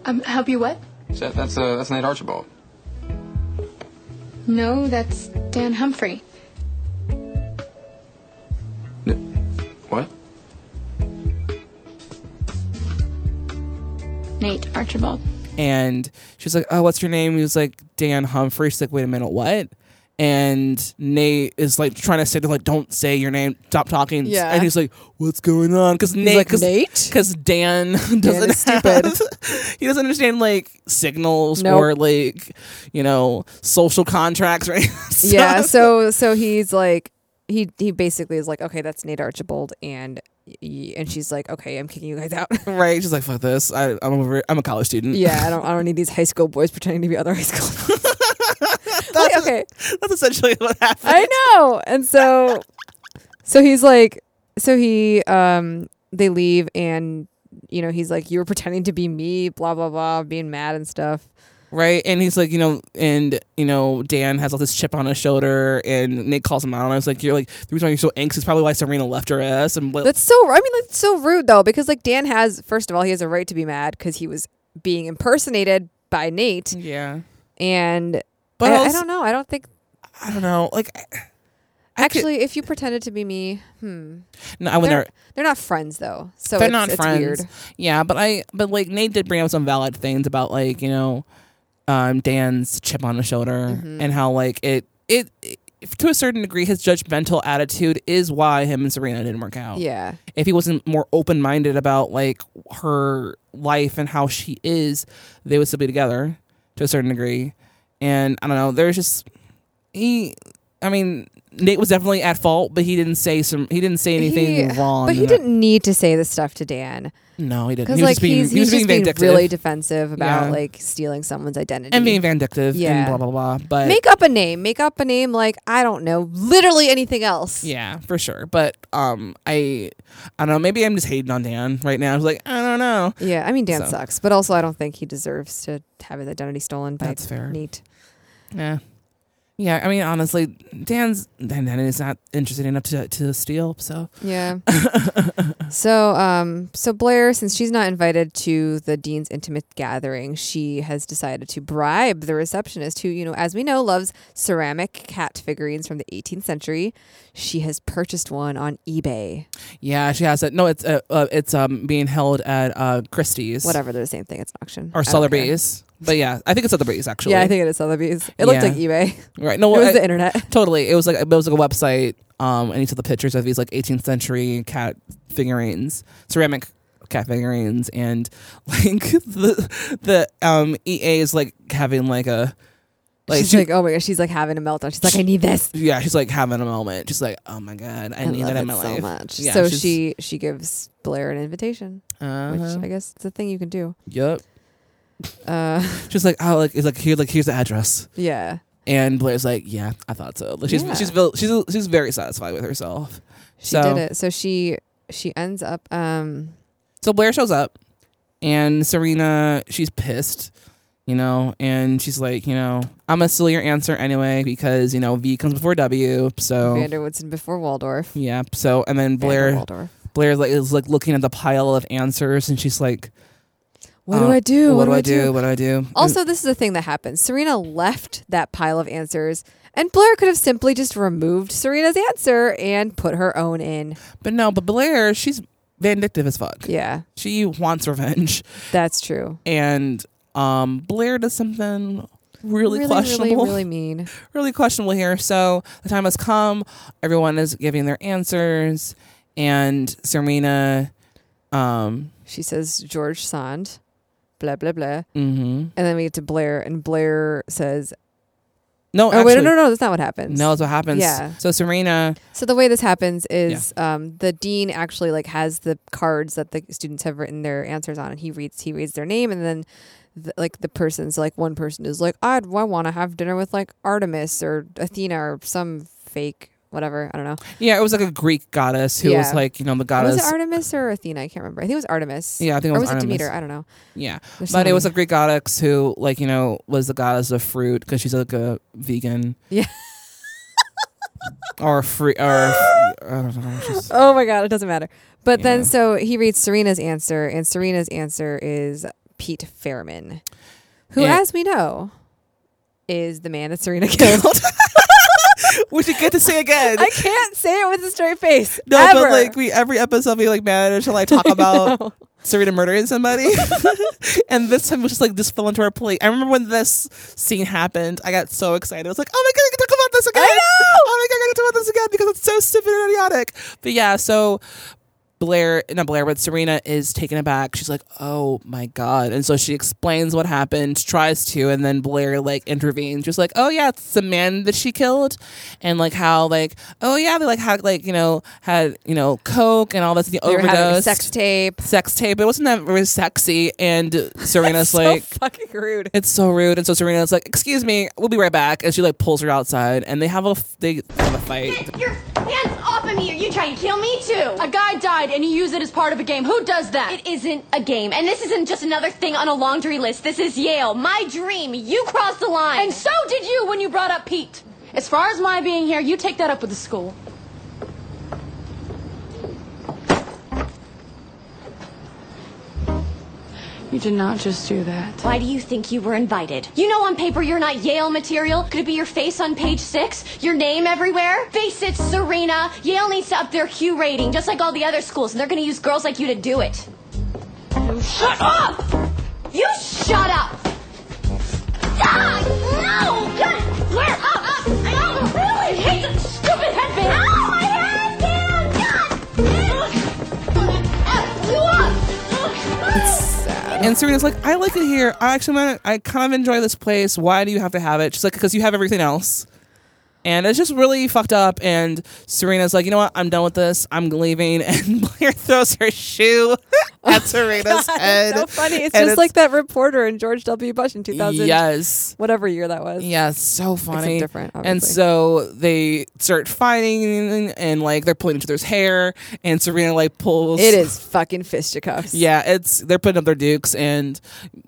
Um, help you what?
Is that, that's uh, that's Nate Archibald.
No, that's Dan Humphrey.
What?
Nate Archibald.
and she was like, "Oh, what's your name?" He was like, "Dan Humphrey." She's like, "Wait a minute, what?" And Nate is like trying to say to like, "Don't say your name. Stop talking."
Yeah.
And he's like, "What's going on?" Because Nate,
like,
cause,
"Nate?"
(laughs) 'cause Dan (laughs) doesn't
is
(laughs)
stupid.
have- he doesn't understand like signals
Nope.
or like you know social contracts (laughs) right?
yeah so so he's like he he basically is like okay that's nate archibald and y- and she's like okay i'm kicking you guys out (laughs)
(laughs) right. She's like, "Fuck this. I, I'm over. it. I'm a college student."
yeah i don't i don't need these high school boys pretending to be other high school (laughs)
(laughs)
like, okay
(laughs) that's essentially what happened.
i know and so so he's like so he um they leave and you know he's like you were pretending to be me blah blah blah being mad and stuff
right? And he's like, you know, and you know, Dan has all this chip on his shoulder, and Nick calls him out, and I was like, you're like the reason why you're so anxious is probably why Serena left her ass, and blah.
That's so. I mean, that's so rude though, because like Dan has, first of all, he has a right to be mad because he was being impersonated by Nate,
yeah,
and
But
I, I
also-
don't know. I don't think
I don't know, like, I- I could-
actually, if you pretended to be me, hmm,
no, I would
they're,
never.
they're not friends though, so
they're
it's,
not
it's
friends.
weird.
Yeah, but I, but like Nate did bring up some valid things about like you know, um, Dan's chip on his shoulder
Mm-hmm.
and how like it, it, it, to a certain degree, his judgmental attitude is why him and Serena didn't work out.
Yeah,
if he wasn't more open minded about like her life and how she is, they would still be together to a certain degree. And I don't know, there's just he I mean, Nate was definitely at fault, but he didn't say some he didn't say anything
He-
wrong.
but he
and I-
didn't need to say this stuff to Dan
No, he didn't.
because
He was
like
just being
he's,
he was being
he's just being
vindictive
really defensive about
Yeah.
like stealing someone's identity
and being vindictive
Yeah.
and blah blah blah. But
Make up a name. Make up a name like I don't know, literally anything else.
yeah, for sure. But um I I don't know, maybe I'm just hating on Dan right now. I was like, I don't know.
Yeah, I mean Dan
So.
sucks, but also I don't think he deserves to have his identity stolen by
That's fair.
Nate.
Yeah. Yeah, I mean, honestly, Dan's Dan, Dan is not interested enough to to steal. So (laughs)
Yeah. so, um, so Blair, since she's not invited to the dean's intimate gathering, she has decided to bribe the receptionist, who you know, as we know, loves ceramic cat figurines from the 18th century. She has purchased one on eBay.
yeah, she has it. No, it's uh, uh, it's um being held at uh Christie's,
Whatever, they're the same thing. It's an auction
or
I don't care.
Sotheby's. But yeah, I think it's Sotheby's actually.
Yeah, I think it is Sotheby's. It looked
Yeah.
like eBay. (laughs)
right. No,
it was
I-
the internet.
totally. It was like it was like a website. Um, and you saw the pictures of these like 18th century cat figurines, ceramic cat figurines, and (laughs) like the the um EA is like having like a like
(laughs) she's
she-
like, oh my gosh, she's like having a meltdown. She's like, I need this.
yeah, she's like having a moment. She's like, oh my god, I,
I,
need
love
that in
it
my
so
life
much.
Yeah,
so
she's-
she she gives Blair an invitation,
Uh-huh.
which I guess it's a thing you can do.
Yep.
Uh, (laughs)
She's like, oh, like, it's like here, like here's the address,
yeah,
and Blair's like, yeah, I thought so. Like, she's
Yeah.
she's vil- she's she's very satisfied with herself.
she
So-
did it. So she she ends up. Um,
So Blair shows up, and Serena, she's pissed, you know, and she's like, you know, I'm gonna steal your answer anyway because you know V comes before W, so.
Vanderwoodson before Waldorf.
yeah. So and then
Vander
Blair, uh,
Waldorf.
Blair like is like looking at the pile of answers, and she's like,
What
uh,
do I do?
What, do I do? What do I do?"
Also, this is a thing that happened. Serena left that pile of answers, and Blair could have simply just removed Serena's answer and put her own in.
but no, but Blair, she's vindictive as fuck.
Yeah,
She wants revenge.
that's true.
and um, Blair does something really, questionable, (laughs) really,
really, really mean.
questionable here. So the time has come. Everyone is giving their answers, and Serena, um,
She says George Sand, blah blah blah.
hmm
And then we get to Blair, and Blair says,
no,
"Oh
actually,
wait, no, no, no, that's not what happens."
no, that's what happens.
Yeah.
So Serena,
So the way this happens is um, the dean actually like has the cards that the students have written their answers on, and he reads he reads their name, and then the, like the person's like one person is like, "I'd I want to have dinner with like Artemis or Athena or some fake whatever. I don't know.
Yeah, it was like a Greek goddess who was
Yeah.
like, you know, the
Was
goddess.
it Artemis or Athena? I can't remember. I think it was Artemis.
Uh, Yeah, I think it
or
was
was it Demeter?
Artemis.
I don't know.
yeah,
There's
but it
so
was a
many.
Greek goddess who, like, you know, was the goddess of fruit because she's like a vegan
Yeah.
or free or I don't know.
(laughs)
She's, (laughs)
Oh my god, it doesn't matter. But
Yeah.
then so he reads Serena's answer, and Serena's answer is Pete Fairman, who,
Yeah.
as we know, is the man that Serena (laughs) killed.
which you get to say again. (laughs)
I can't say it with a straight face.
no,
ever.
but like we every episode we like manage to like
(laughs)
talk about Serena murdering somebody, and this time it was just like just fell into our plate. I remember when this scene happened, I got so excited. I was like, "Oh my god, I can talk about this again! Oh my god, I can talk about this again because it's so stupid and idiotic." But yeah, so Blair, not Blair, but Serena is taken aback. She's like, "Oh my god!" And so she explains what happened, tries to, and then Blair like intervenes, just like, "Oh yeah, it's the man that she killed," and like how like, "Oh yeah, they like had like you know had you know coke and all this the
They were having a
overdose
sex tape.
sex tape. It wasn't that very sexy." And Serena's
so
like,
(laughs) fucking rude.
"It's so rude." And so Serena's like, "Excuse me, we'll be right back," and she like pulls her outside, and they have a f- they have a fight.
Your hands off of me! Are you trying to kill me too? A guy died and you use it as part of a game. Who does that?
It isn't a game, and this isn't just another thing on a laundry list. This is Yale, my dream. You crossed the line.
And so did you when you brought up Pete. As far as my being here, you take that up with the school.
You did not just do that.
Why do you think you were invited? You know on paper you're not Yale material. Could it be your face on page six? Your name everywhere? Face it, Serena. Yale needs to up their Q rating, just like all the other schools, and they're gonna use girls like you to do it. You shut up! You shut up! Ah, no! God, Blair, ah, ah, I really hate that stupid headband! Ah, my headband!
And Serena's like, I like it here. I actually, wanna, I kind of enjoy this place. Why do you have to have it? She's like, because you have everything else. And it's just really fucked up. And Serena's like, you know what? I'm done with this. I'm leaving. (laughs) And Blair throws her shoe
(laughs) Oh
at Serena's head.
so funny.
(laughs)
It's
And
just like that reporter in George W. Bush in 2000.
Yes.
Whatever year that was.
Yeah, it's so funny.
different,
and
obviously.
so they start fighting, and like they're pulling each other's hair. And Serena like pulls.
It is fucking fisticuffs.
Yeah, it's they're putting up their dukes, and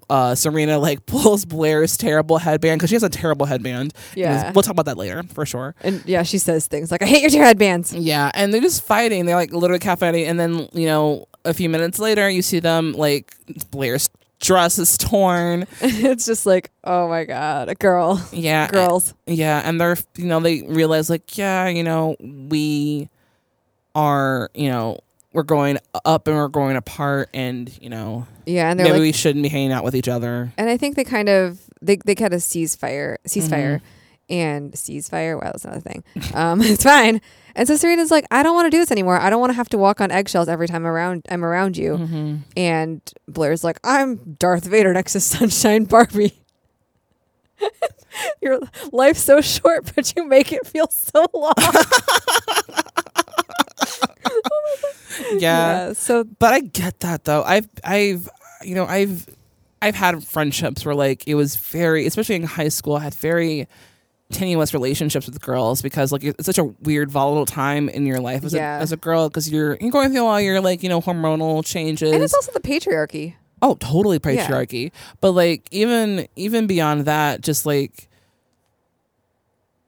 uh, Serena like (laughs) pulls Blair's terrible headband because she has a terrible headband. And
Yeah.
we'll talk about that later for sure.
And yeah, she says things like, I hate your two headbands.
Yeah, and they're just fighting. They're like literally cat fighting, and then you know a few minutes later, you see them like Blair's dress is torn.
(laughs) it's just like, oh my God,
(laughs)
a girl.
Yeah,
Girls.
Yeah, and they're you know they realize like yeah you know we are you know we're going up and we're going apart, and you know
Yeah, and they're
maybe
like-
we shouldn't be hanging out with each
(laughs)
other.
And I think they kind of they they kind of cease fire, cease fire, and cease fire. Well, that's not a thing. Um, (laughs) it's fine. And so Serena's like, I don't want to do this anymore. I don't want to have to walk on eggshells every time around I'm around you. And Blair's like, I'm Darth Vader next to Sunshine Barbie. (laughs) Your life's so short, (laughs) but you make it feel so long.
yeah.
Yeah, So,
but I get that though. I've, I've, you know, I've, I've had friendships where like it was very, especially in high school, I had very tenuous relationships with girls because like it's such a weird volatile time in your life as,
Yeah.
a, as a girl because you're you're going through all your like you know hormonal changes
and it's also the patriarchy.
Oh, totally
Yeah.
patriarchy. But like even even beyond that, just like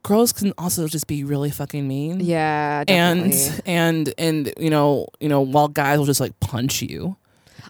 girls can also just be really fucking mean.
Yeah,
Mm-hmm. And
definitely.
and and you know, you know, while guys will just like punch you.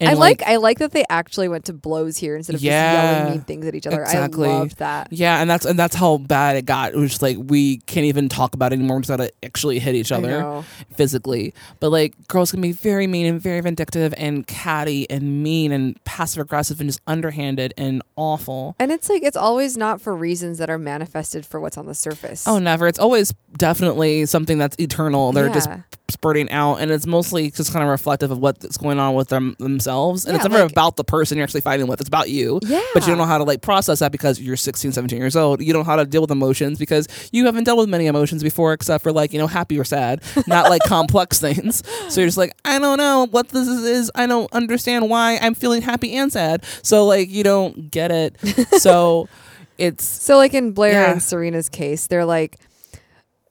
And,
I like, I like that they actually went to blows here instead of just
yeah,
yelling mean things at each other.
Exactly.
I loved that.
Yeah, and that's and that's how bad it got. It was just like we can't even talk about it anymore. We just gotta actually hit each
I
other
know.
physically. But like girls can be very mean and very vindictive and catty and mean and passive aggressive and just underhanded and awful.
And it's like it's always not for reasons that are manifested for what's on the surface.
Oh, never. It's always definitely something that's eternal. They're just
Yeah.
spurting out, and it's mostly just kind of reflective of what's going on with them themselves. And
Yeah,
it's never
like-
about the person you're actually fighting with. It's about you. Yeah. But you don't know how to like process that because you're 16, 17 years old. You don't know how to deal with emotions because you haven't dealt with many emotions before, except for like you know happy or sad, not
(laughs)
like complex things. So you're just like, I don't know what this is. I don't understand why I'm feeling happy and sad. So like you don't get
(laughs)
it. So. It's
So like in Blair
Yeah.
and Serena's case, they're like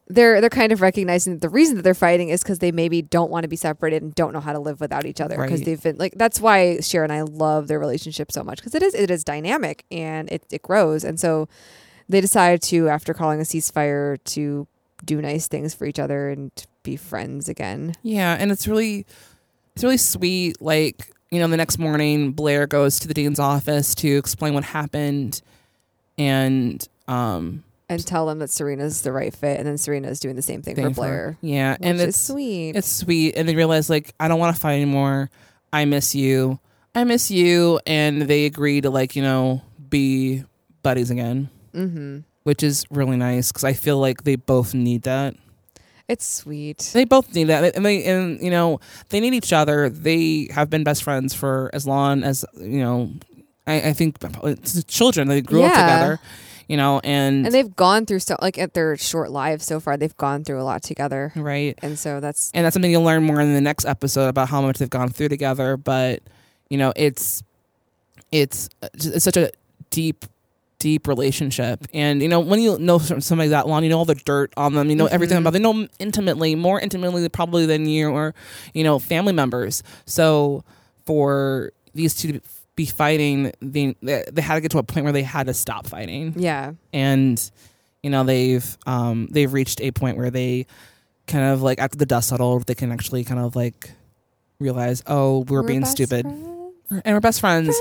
they're they're kind of recognizing that the reason that they're fighting is because they maybe don't want to be separated and don't know how to live without each other because
Right.
they've been like that's why Cher and I love their relationship so much because it is it is dynamic and it it grows and so they decide to after calling a ceasefire to do nice things for each other and to be friends again.
Yeah, and it's really it's really sweet. Like, you know, the next morning Blair goes to the dean's office to explain what happened and um
and tell them that Serena's the right fit, and then Serena's doing the same thing, for Blair.
Yeah, and
which
it's
is sweet.
It's sweet and they realize like I don't want to fight anymore. I miss you. I miss you and they agree to like, you know, be buddies again.
Mhm.
Which is really nice cuz I feel like they both need that.
It's sweet.
They both need that, and they and you know they need each other. They have been best friends for as long as you know. I, I think probably since children they grew up
Yeah.
together, you know, and,
And they've gone through so like at their short lives so far, they've gone through a lot together.
Right.
And so that's
and that's something you'll learn more in the next episode about how much they've gone through together. But you know, it's it's it's such a deep deep relationship and you know when you know some- somebody that long you know all the dirt on them you know everything
Mhm.
about them. they know 'em intimately more intimately probably than you or you know family members so for these two to be fighting they they had to get to a point where they had to stop fighting
Yeah.
and you know they've um they've reached a point where they kind of like after the dust settled they can actually kind of like realize oh we're,
We're
being
best
stupid and we're best friends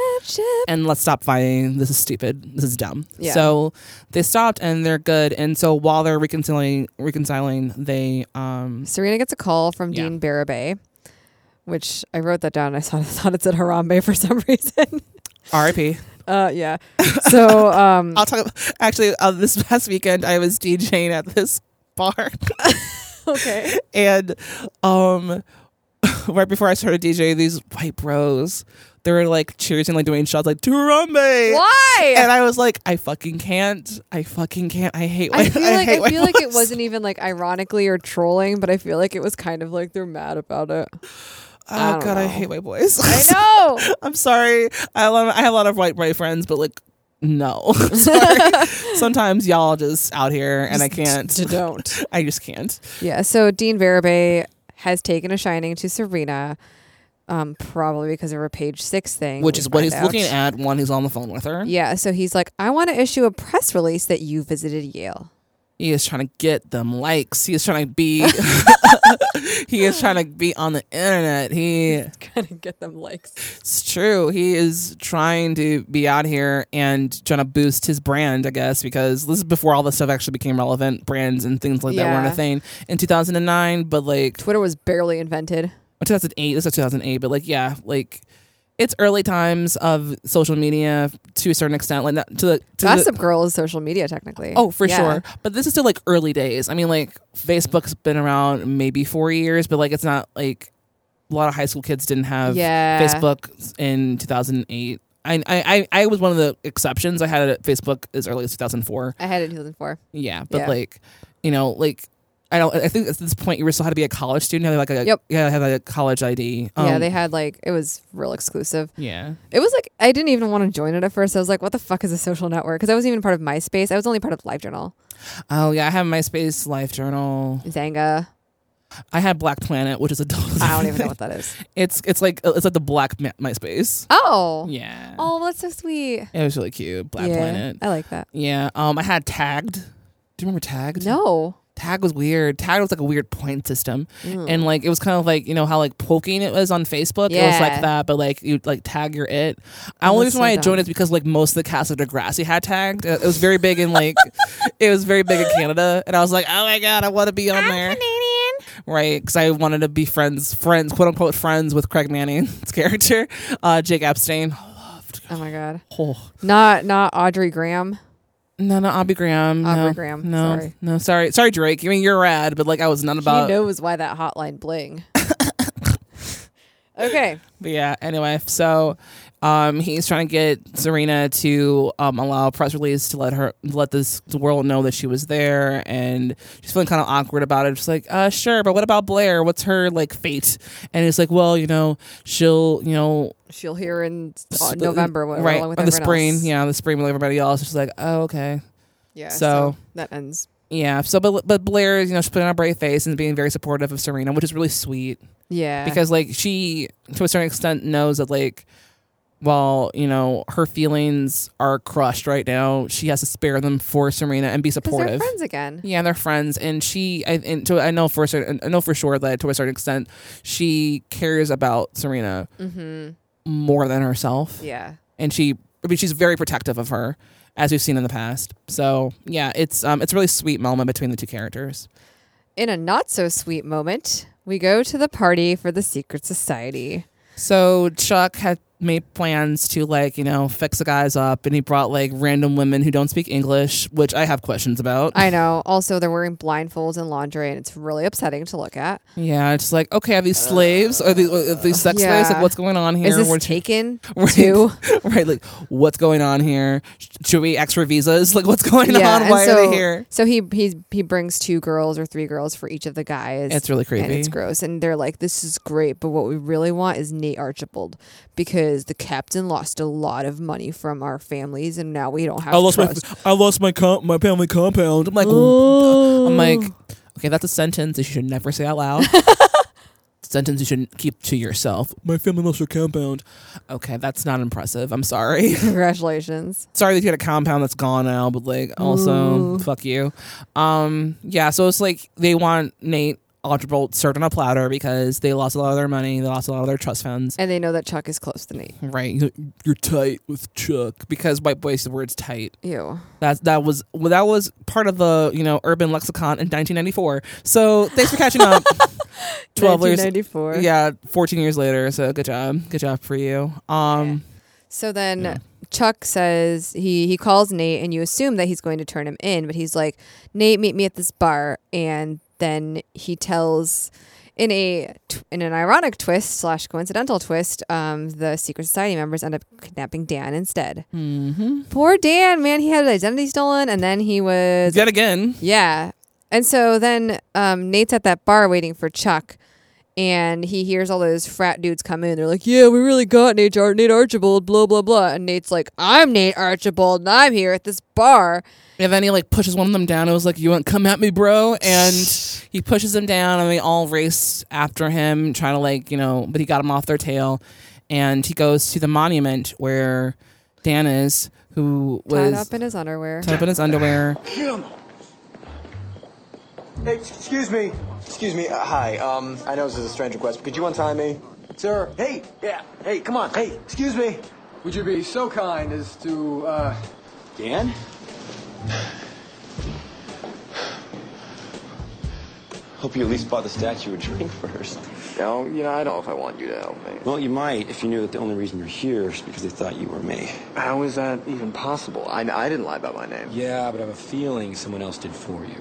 and let's stop fighting this is stupid this is dumb
Yeah.
so they stopped and they're good and so while they're reconciling reconciling they
(laughs)
um
Serena gets a call from Dean Barabay, which I wrote that down. I saw (laughs) thought it said Harambe for some (laughs) reason.
RIP
Uh,
(laughs)
yeah. So um,
I'll talk. Actually, uh, this past weekend I was DJing at this (laughs) bar.
okay.
And um, (laughs) right before I started DJing, these white bros they were like cheering, like doing shots, like Turambe.
Why?
And I was like, I fucking can't. I fucking can't. (laughs) I hate.
I
white-
feel like
hate
I,
white
feel like it
boys."
wasn't even like ironically or trolling, but I feel like it was kind of like they're mad about it.
Oh god, I hate white boys. I
(laughs) know.
(laughs) I'm sorry. I love. I have a lot of white boy friends, but like. No, (laughs)
(laughs)
sorry. Sometimes y'all just out here, and I can't.
don't.
(laughs) I just can't.
Yeah, so Dean Verabay has taken a shining to Serena, um, probably because of her page six thing,
which
we
is what he's
find out.
looking at when he's on the phone with her.
Yeah, so he's like, I want to issue a press release that you visited (laughs) Yale.
He is trying to get them likes. He is trying to
(laughs)
be. (laughs) he is trying to be on the internet. He.
Trying to get them likes.
It's true. He is trying to be out here and trying to boost his brand, I guess, because this is before all this stuff actually became relevant. Brands and things like that weren't
Yeah.
a thing in 2009, but like uh,
Twitter was barely invented.
or 2008 this is 2008 but like yeah like it's early times of social media to a certain extent like not to the to the-
Gossip Girl is social media, technically.
Oh, for
Yeah.
sure. But this is still like early days. I mean, like Facebook's been around maybe four years, but like it's not like a lot of high school kids didn't have
Yeah.
Facebook in 2008. I, I I I was one of the exceptions. I had it at Facebook as early as 2004.
I had it in 2004.
Yeah, but
Yeah.
like, you know, like I don't. I think at this point you were still had to be a college student. Had like a
Yep.
yeah, had like a college ID.
yeah,
Um,
they had like, it was real exclusive.
yeah.
It was like, I didn't even want to join it at first. I was like, what the fuck is a social network? Because I wasn't even part of MySpace. I was only part of LiveJournal,
Oh yeah, I have MySpace, Life Journal.
Zanga.
I had Black Planet, which is a. (laughs) I
I don't even know what that
(laughs)
is.
It's it's like it's like the Black Ma- MySpace.
Oh.
Yeah.
Oh, that's so sweet.
It was really cute. Black
Yeah,
Planet.
I like that.
Yeah. Um, I had tagged. Do you remember tagged?
No.
Tag was weird. Tag was like a weird point system,
Mm.
and like it was kind of like you know how like poking it was on Facebook. It was
Yeah.
like that, but like you like tag your it. I only
that's
reason why
so
I joined
dumb.
is because like most of the cast of Degrassi had tagged. It it was very big in like (laughs) it was very big in Canada, and I was like, oh my god, I want to be on there. Right, because I wanted to be friends, friends, quote unquote, friends with Craig Manning's (laughs) character, uh, Jake Epstein.
Oh my god.
Oh.
Not not Audrey Graham.
No, not Aubrey Graham.
Aubrey
no,
Graham,
No,
sorry.
no, sorry, sorry, Drake. I mean, you're rad, but like I was not about.
She knows why that
(laughs)
hotline bling. okay.
But yeah. Anyway, so um, he's trying to get Serena to um, allow a press release to let her let this the world know that she was there, and she's feeling kind of awkward about it. She's like, uh, sure, but what about Blair? What's her like fate? And it's like, well, you know, she'll, you know,
She'll hear in uh,
sp-
November whatever,
right?
along with
or the
everyone
spring,
else.
yeah, the spring with everybody else. She's like, oh, okay.
Yeah.
So,
that ends.
Yeah. So, but but Blair, you know, she's putting on a brave face and being very supportive of Serena, which is really sweet.
Yeah.
Because like she, to a certain extent, knows that like, while you know her feelings are crushed right now, she has to spare them for Serena and be
Because they're
supportive.
friends again.
Yeah, and they're friends, and she, I, and to, I know for a certain, I know for sure that to a certain extent, she cares about Serena
Mhm.
more than herself.
Yeah.
and she, I mean, she's very protective of her, as we've seen in the past. So yeah, it's um, it's a really sweet moment between the two characters.
In a not so sweet moment, we go to the party for the secret society.
So Chuck had made plans to like you know fix the guys up, and he brought like random women who don't speak English, which I have questions about.
I know. Also, they're wearing blindfolds and laundry, and it's really upsetting to look at.
yeah, it's like okay, are these slaves? Are these, are these sex slaves?
Yeah.
Like what's going on here?
Is this
We're-
taken
Right.
too?
(laughs) right. Like, what's going on here? Sh- Should we ask for visas? Like, what's going on?
and
Why
so,
are they here?
So he he he brings two girls or three girls for each of the guys.
It's really
And it's
creepy.
gross. And they're like, "This is great, but what we really want is Nate Archibald because the captain lost a lot of money from our families, and now we don't have.
I Oh, lost my
trust.
I lost my comp, my family compound. I'm like, I'm like, okay, that's a sentence that you should never say out (laughs) loud. sentence you should keep to yourself. My family lost their compound. Okay, that's not impressive. I'm sorry.
(laughs)
(laughs)
Congratulations.
sorry that you had a compound that's gone now, but like also
Ooh.
fuck you. Um, yeah, so it's like they want Nate Archibald served on a platter because they lost a lot of their money, they lost a lot of their trust funds.
And they know that Chuck is close to Nate.
Right, you're- you're tight with Chuck because white boys the word's tight.
Ew.
That's that was well, that was part of the you know urban lexicon in 1994. So thanks for catching
(laughs)
up. years,
1994.
yeah, 14 years later. So good job, good job for you. Um,
So then Chuck says he he calls Nate and you assume that he's going to turn him in, but he's like, "Nate, meet me at this bar." And then he tells in a tw- in an ironic twist slash coincidental twist, um, the secret society members end up kidnapping Dan instead.
mhm.
Poor Dan, man, he had his identity stolen, and then he was
Yet again,
yeah. And so then um, Nate's at that bar waiting for Chuck, and he hears all those frat dudes come in. They're like, "Yeah, we really got Nate, Ar- Nate Archibald, blah blah blah." And Nate's like, "I'm Nate Archibald, and I'm here at this bar."
And then he like pushes one of them down. It was like, "You want come at me, bro?" And he pushes them down, and they all race after him, trying to like you know. But he got him off their tail, and he goes to the monument where Dan is, who was
Tied up in his underwear.
tied up in his underwear.
Him. Hey, excuse me. Excuse me. Uh, hi. Um, I know this is a strange request, but could you untie me, sir? Hey. Yeah. Hey, come on. Hey, excuse me. Would you be so kind as to, uh, Dan?
Hope you at least bought the statue a drink first.
No, you know, I don't know if I want you to help me.
Well, you might if you knew that the only reason you're here is because they thought you were me.
How is that even possible? I, I didn't lie about my name.
Yeah, but I have a feeling someone else did for you.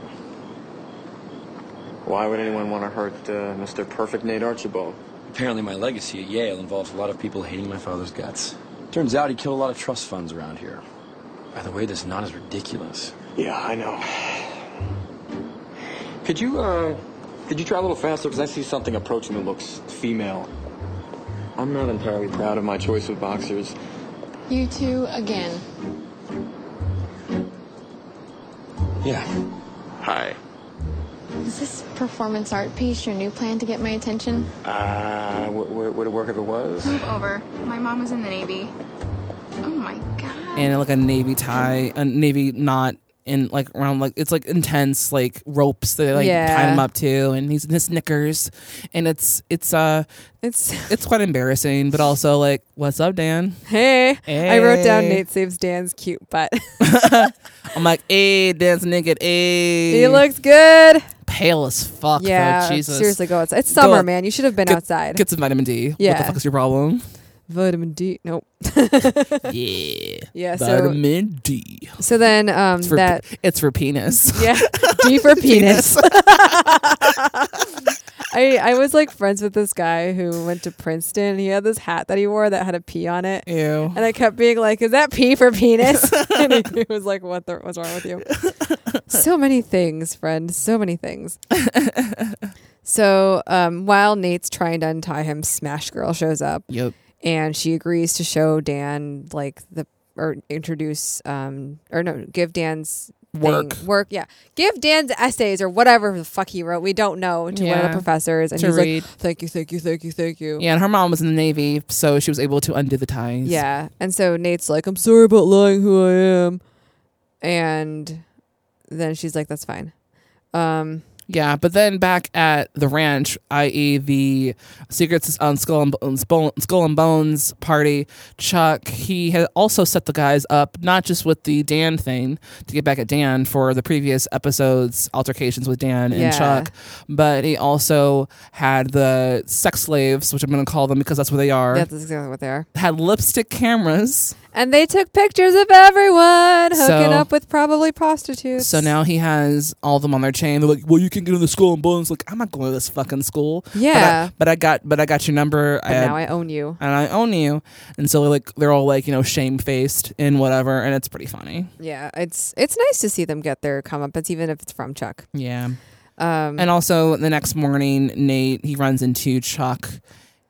Why would anyone want to hurt uh, Mr. Perfect Nate Archibald?
Apparently, my legacy at Yale involves a lot of people hating my father's guts. Turns out he killed a lot of trust funds around here. By the way, this knot is ridiculous.
Yeah, I know. Could you, uh, could you try a little faster? Because I see something approaching that looks female. I'm not entirely proud of my choice of boxers.
You two again.
Yeah. Hi.
Is this performance art piece your new plan to get my attention?
Uh, w- w- would it work if it was?
Move over. My mom was in the Navy. Oh my god.
and like a navy tie, a navy knot, and like around like it's like intense like ropes that they like tie
Yeah.
him up to, and he's in his knickers, and it's it's uh
it's (laughs)
it's quite embarrassing, but also like, what's up, Dan?
Hey, I wrote down
Hey.
Nate saves Dan's cute butt. (laughs)
I'm like, hey, Dan's naked, hey,
he looks good.
pale as fuck.
yeah,
though. Jesus,
seriously, go outside. It's
Go
summer,
out-
man. You should have been
get-
outside.
Get some vitamin D. what
Yeah.
the fuck is your
(laughs)
problem?
Vitamin D. Nope.
yeah,
Yeah, so-
vitamin D.
(laughs) So then, um,
It's for,
that
it's for
(laughs)
penis.
Yeah. D for penis. I I was like friends with this guy who went to Princeton. He had this hat that he wore that had a P on it.
Ew.
And I kept being like, "Is that P for penis?" (laughs) and he, he was like, "What the, what's wrong with you?" so many things, friend. So many things. so um, while Nate's trying to untie him, Smash Girl shows up.
Yep.
And she agrees to show Dan like the or introduce um or no give Dan's
Work.
thing. Work, yeah. Give Dan's essays or whatever the fuck he wrote. We don't know to one of
Yeah.
the professors, and
To
he's
read.
like, "Thank you, thank you, thank you, thank you."
Yeah, and her mom was in the Navy, so she was able to undo the ties.
Yeah. And so Nate's like, I'm sorry about lying who I am. And then she's like, that's fine. Um,
Yeah, but then back at the ranch, i.e., the Secrets on Skull and, um, Spol- Skull and Bones party, Chuck, he had also set the guys up, not just with the Dan thing, to get back at Dan for the previous episode's altercations with Dan and
Yeah.
Chuck, but he also had the sex slaves, which I'm going to call them because that's what they are,
that's exactly what they are.
had lipstick cameras.
And they took pictures of everyone hooking
So-
up with probably prostitutes.
So now he has all of them on their chain. They're like, "Well, you can get into school and bones." Like, I'm not going to this fucking school. But I-
Yeah.
but I, got, but I got your number.
But now I own you.
and I own you. And so like they're all like you know shame faced and whatever, and it's pretty funny.
Yeah. It's it's nice to see them get their comeuppance, even if it's from Chuck.
Yeah.
Um,
And also the next morning, Nate he runs into Chuck,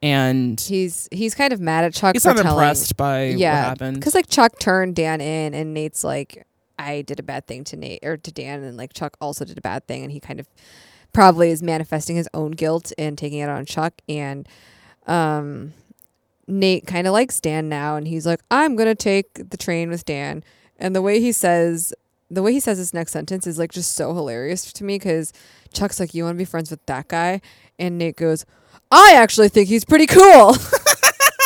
and
he's he's kind of mad at Chuck.
He's
for
not
telling-
impressed by what
(laughs)
happened.
Because like Chuck turned Dan in, and Nate's like, I did a bad thing to Nate or to Dan, and like Chuck also did a bad thing, and he kind of probably is manifesting his own guilt and taking it on Chuck. And um, Nate kind of likes Dan now, and he's like, I'm gonna take the train with Dan. And the way he says. The way he says this next sentence is like just so hilarious to me because Chuck's like, You want to be friends with that guy? And Nate goes, I actually think he's pretty cool.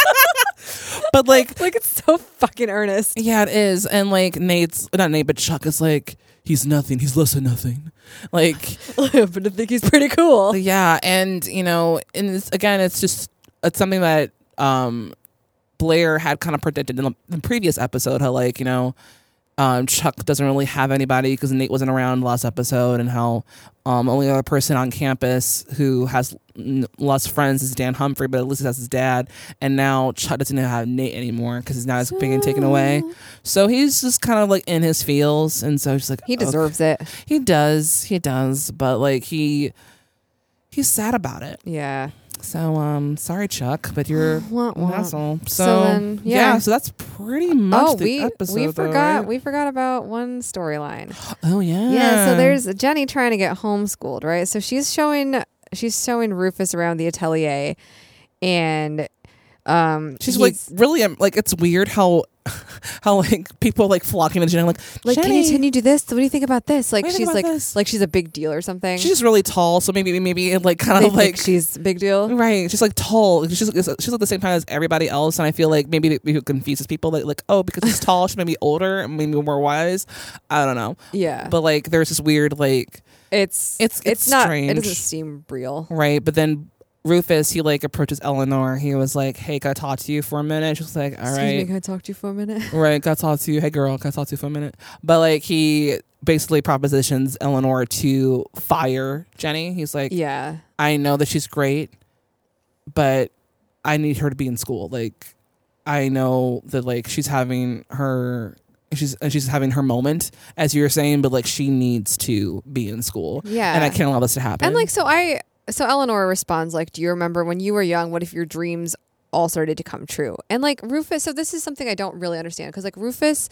(laughs)
but like
like it's so fucking earnest.
Yeah, it is. And like Nate's not Nate, but Chuck is like he's nothing. He's less than nothing. Like,
(laughs) but I think he's pretty cool.
Yeah, and you know, and it's, again, it's just it's something that um Blair had kind of predicted in the, the previous episode. How like you know. Um, Chuck doesn't really have anybody because Nate wasn't around last episode, and how um, only other person on campus who has n- less friends is Dan Humphrey, but at least he has his dad. And now Chuck doesn't have Nate anymore because he's not as being taken away. So he's just kind of like in his feels, and so he's like
He
"Okay."
deserves it.
He does, he does, but like he he's sad about it.
Yeah.
So um, sorry Chuck, but you're
(sighs) Wah, wah.
an asshole. So,
So then,
yeah.
yeah.
so that's pretty much
oh,
the
we
episode.
we
though,
forgot
right?
we forgot about one storyline.
Oh yeah,
Yeah, so there's Jenny trying to get homeschooled, right? So she's showing she's showing Rufus around the atelier and um
She's
he's-
like really um, like it's weird how (laughs) how like people like flocking to Jenny like
like can you,
Jenny.
can you do this? What do you think about this? Like
What do you
she's
think
like
about this?
like she's a big deal or something.
She's really tall, so maybe maybe it like kind
They
of
think
like Mm.
she's a big deal,
right? She's like tall. She's she's at the same time as everybody else, and I feel like maybe it it confuses people. Like like oh, because she's tall, she may be older, and maybe more wise. I don't know.
Yeah.
but like there's this weird like
it's
it's
it's,
it's
not it
strange.
doesn't seem real.
right. But then Rufus he like approaches Eleanor. He was like, hey, can I talk to you for a minute? She's like, all
Excuse me,
right,
can I talk to you for a minute?
right, can I talk to you? Hey, girl, can I talk to you for a minute? But like he basically propositions Eleanor to fire Jenny. He's like,
Yeah.
I know that she's great, but I need her to be in school. Like, I know that like she's having her she's and she's having her moment, as you were saying, but like she needs to be in school.
Yeah.
and I can't allow this to happen.
And like so I so Eleanor responds like, "Do you remember when you were young? What if your dreams all started to come true?" And like Rufus, so this is something I don't really understand because like Rufus,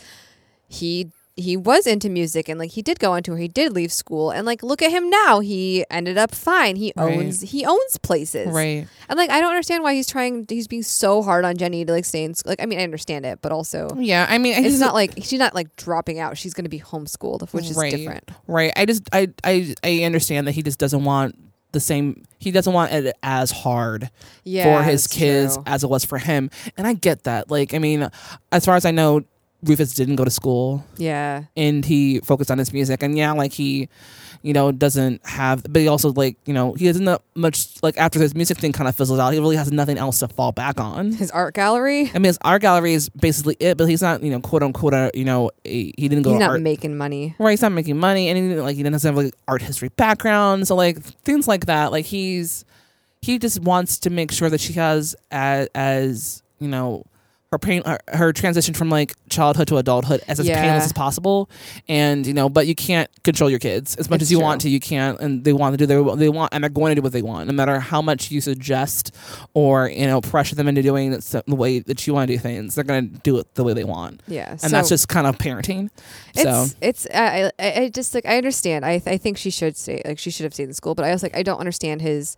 he he was into music and like he did go on tour, he did leave school, and like look at him now, he ended up fine. He
Right.
owns he owns places,
Right.
And like I don't understand why he's trying, he's being so hard on Jenny to like stay in school. Like I mean, I understand it, but also
(laughs) yeah, I mean, I
it's
just-
not like she's not like dropping out. She's going to be homeschooled, which is
right,
different.
Right. I just I I I understand that he just doesn't want the same he doesn't want it as hard
Yeah,
for his
that's
kids
true.
as it was for him. And I get that. Like, I mean, as far as I know, Rufus didn't go to school.
Yeah.
and he focused on his music and yeah like he you know doesn't have but he also like you know he doesn't much like after his music thing kind of fizzled out he really has nothing else to fall back on
(laughs) His art gallery.
i mean his art gallery is basically it but he's not you know quote unquote uh, you know a, he didn't go
He's
to
not
art
making money.
right he's not making money and he didn't, like he doesn't have like art history background so like things like that like he's he just wants to make sure that she has as, as you know her pain, her, her transition from like childhood to adulthood as as
Yeah.
painless as possible. And you know, but you can't control your kids as much
It's
as you
true.
want to. You can't, and they want to do their they want, and they're going to do what they want, no matter how much you suggest or you know pressure them into doing it so- the way that you want to do things. They're going to do it the way they want.
Yeah,
and that's
so-
just kind of parenting. So.
It's it's I, I I just like I understand. I I think she should stay like she should have stayed in school, but I also like I don't understand his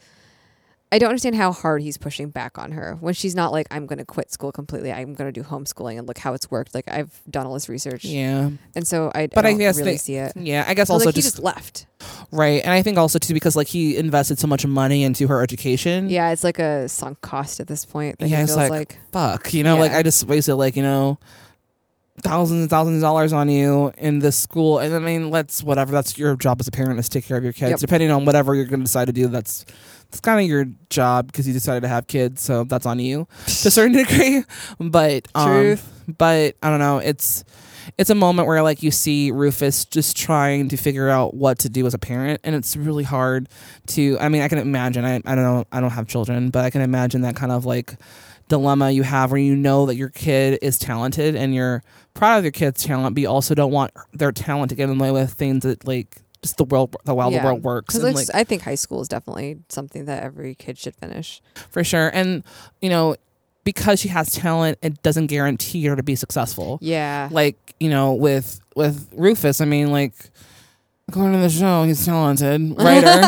I don't understand how hard he's pushing back on her when she's not like I'm going to quit school completely. I'm going to do homeschooling and look how it's worked. Like I've done all this research.
Yeah.
And so I
But
I
I
don't
guess
really
they-
see it.
yeah, I guess
So,
also
like, he
just-
just left.
Right. And I think also too because like he invested so much money into her education.
Yeah, it's like a sunk cost at this point. That
Mm. yeah,
he
it's
feels
like,
like,
fuck. You know, like
Yeah.
I just wasted like, you know, thousands and thousands of dollars on you in this school. And I mean, let's whatever, that's your job as a parent is to take care of your kids.
Yep.
Depending on whatever you're gonna decide to do, that's that's kind of your job because you decided to have kids, so that's on you to a certain (laughs) degree. But um,
Truth.
but I don't know, it's it's a moment where like you see Rufus just trying to figure out what to do as a parent, and it's really hard to. I mean, I can imagine. I, I don't know. I don't have children, but I can imagine that kind of like dilemma you have where you know that your kid is talented and you're proud of your kid's talent, but you also don't want their talent to get in the way with things that like just the world, the how the world works.
Because
and,
like,
like-
I think high school is definitely something that every kid should finish.
for sure. And you know, because she has talent, it doesn't guarantee her to be successful.
Yeah.
Like you know, with with Rufus, I mean, like according to the show, he's talented
(laughs)
writer.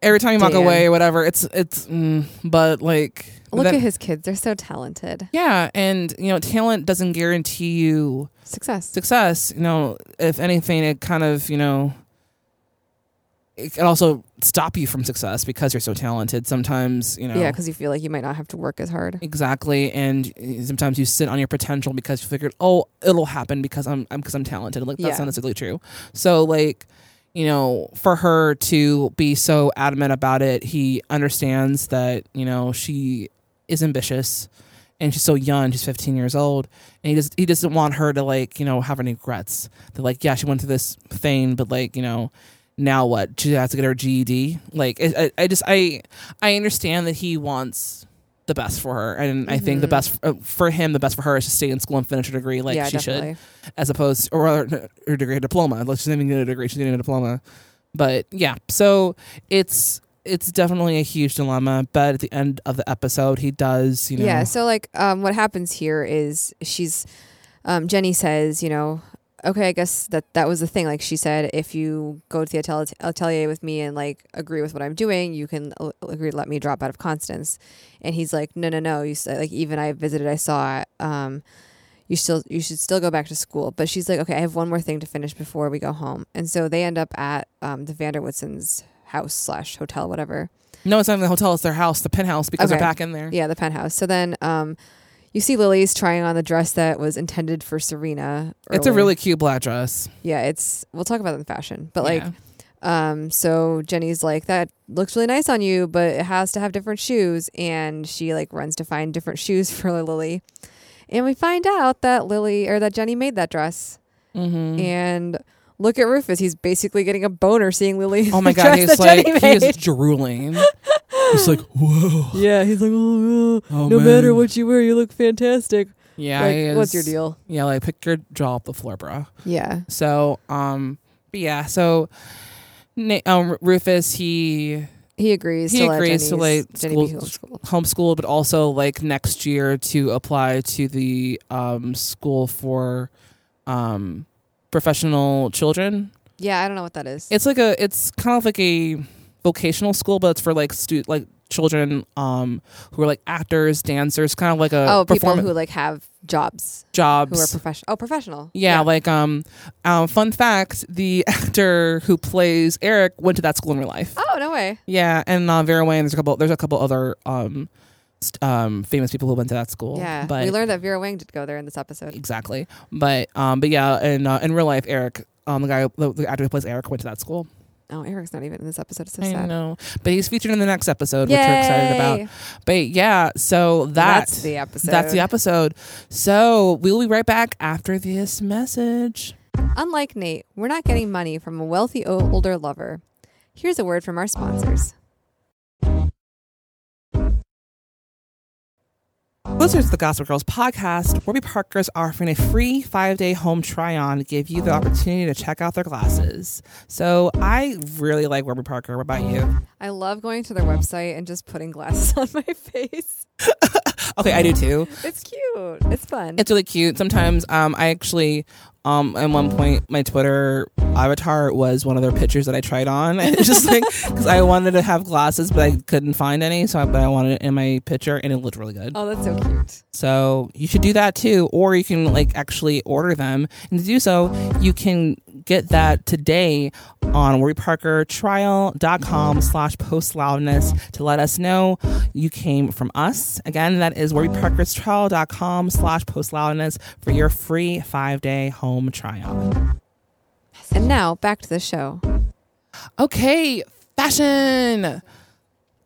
Every time you walk
Dan.
away or whatever, it's it's. Mm, but like,
Look
that-
at his kids; they're so talented.
yeah, and you know, talent doesn't guarantee you
Success.
Success, you know, if anything, it kind of, you know, it can also stop you from success because you're so talented. Sometimes, you know,
Yeah, because you feel like you might not have to work as hard.
Exactly, and uh, sometimes you sit on your potential because you figured, oh, it'll happen because I'm I'm because I'm talented. Like that's
Yeah.
not necessarily true. So like, you know, for her to be so adamant about it, he understands that you know she is ambitious, and she's so young. She's 15 years old, and he just he doesn't want her to like you know have any regrets. That like yeah, she went through this thing, but like you know now what she has to get her GED. Like I, I, I just I I understand that he wants the best for her, and I think the
Mhm.
best uh, for him, the best for her is to stay in school and finish her degree like
Yeah,
she
definitely.
should, as opposed or rather her degree her diploma. Like she's not even getting a degree, she's getting a diploma. But yeah, so it's it's definitely a huge dilemma. But at the end of the episode, he does you know
Yeah. So like, um, what happens here is she's, um, Jenny says, you know, okay, I guess that that was the thing. Like she said, if you go to the atel- atelier with me and like agree with what I'm doing, you can a- agree to let me drop out of Constance. And he's like, no, no, no. You said like even I visited, I saw it. Um, you still you should still go back to school. But she's like, okay, I have one more thing to finish before we go home. And so they end up at um, the Vanderwoodsons' house slash hotel, whatever.
no, it's not even the hotel, it's their house, the penthouse, because
Okay.
they're back in there.
Yeah, the penthouse. So then um, you see Lily's trying on the dress that was intended for Serena.
It's a
earlier.
really cute black dress.
yeah. It's we'll talk about it in fashion, but like, um, so Jenny's like that looks really nice on you, but it has to have different shoes, and she like runs to find different shoes (laughs) for Lily, and we find out that Lily or that Jenny made that dress, Mm-hmm.
Mhm.
and. Look at Rufus. He's basically getting a boner seeing Lily.
Oh my
(laughs) the
god,
dress
he's
that
like
Jenny
he is
made.
drooling. He's like, whoa.
(laughs) Yeah, he's like, oh, oh,
Oh,
no matter
man.
what you wear, you look fantastic.
Yeah,
Like,
he
what's
is-
your deal?
Yeah, like pick your jaw off the floor, bro.
Yeah.
So, um, but yeah, so Na- um, Rufus he
He agrees
he
to let
agrees to
Jenny's-
like
Jenny
school,
be homeschooled.
homeschooled, but also like next year to apply to the um school for um professional children.
Yeah, I don't know what that is.
It's like a it's kind of like a vocational school, but it's for like stu- like children um who are like actors, dancers, kind of like a
oh, people
perform-
who like have jobs,
jobs
who are professional. Oh, professional.
Yeah, like um, um, fun fact: the (laughs) actor who plays Eric went to that school in real life.
Oh no way.
Yeah, and uh, Vera Wang. There's a couple. There's a couple other um, st- um, famous people who went to that school.
yeah,
but
we learned that Vera Wang did go there in this episode.
exactly. But um, but yeah, and uh, in real life, Eric, um, the guy, the, the actor who plays Eric, went to that school.
Oh, Eric's not even in this episode. It's so
I
sad.
know, but he's featured in the next episode, which we're excited
Yay.
about. But yeah, so that,
That's the episode.
That's the episode. So we'll be right back after this message.
Unlike Nate, we're not getting money from a wealthy o- older lover. Here's a word from our sponsors.
Listeners to the Gossip Girls podcast, Warby Parker's offering a free five day home try on to give you the opportunity to check out their glasses. So I really like Warby Parker. What about you?
I love going to their website and just putting glasses (laughs) on my face.
Okay, I do too.
It's cute. It's fun.
It's really cute. Sometimes um, I actually, um, at one point, my Twitter avatar was one of their pictures that I tried on. (laughs) And it's just like, because I wanted to have glasses, but I couldn't find any. So I, but I wanted it in my picture and it looked really good.
oh, that's so cute.
So you should do that too, or you can like actually order them. And to do so, you can get that today on warbyparkertrial.com slash postloudness to let us know you came from us. Again, that is warbyparkerstrial.com slash postloudness for your free five-day home trial.
And now back to the show.
Okay, fashion.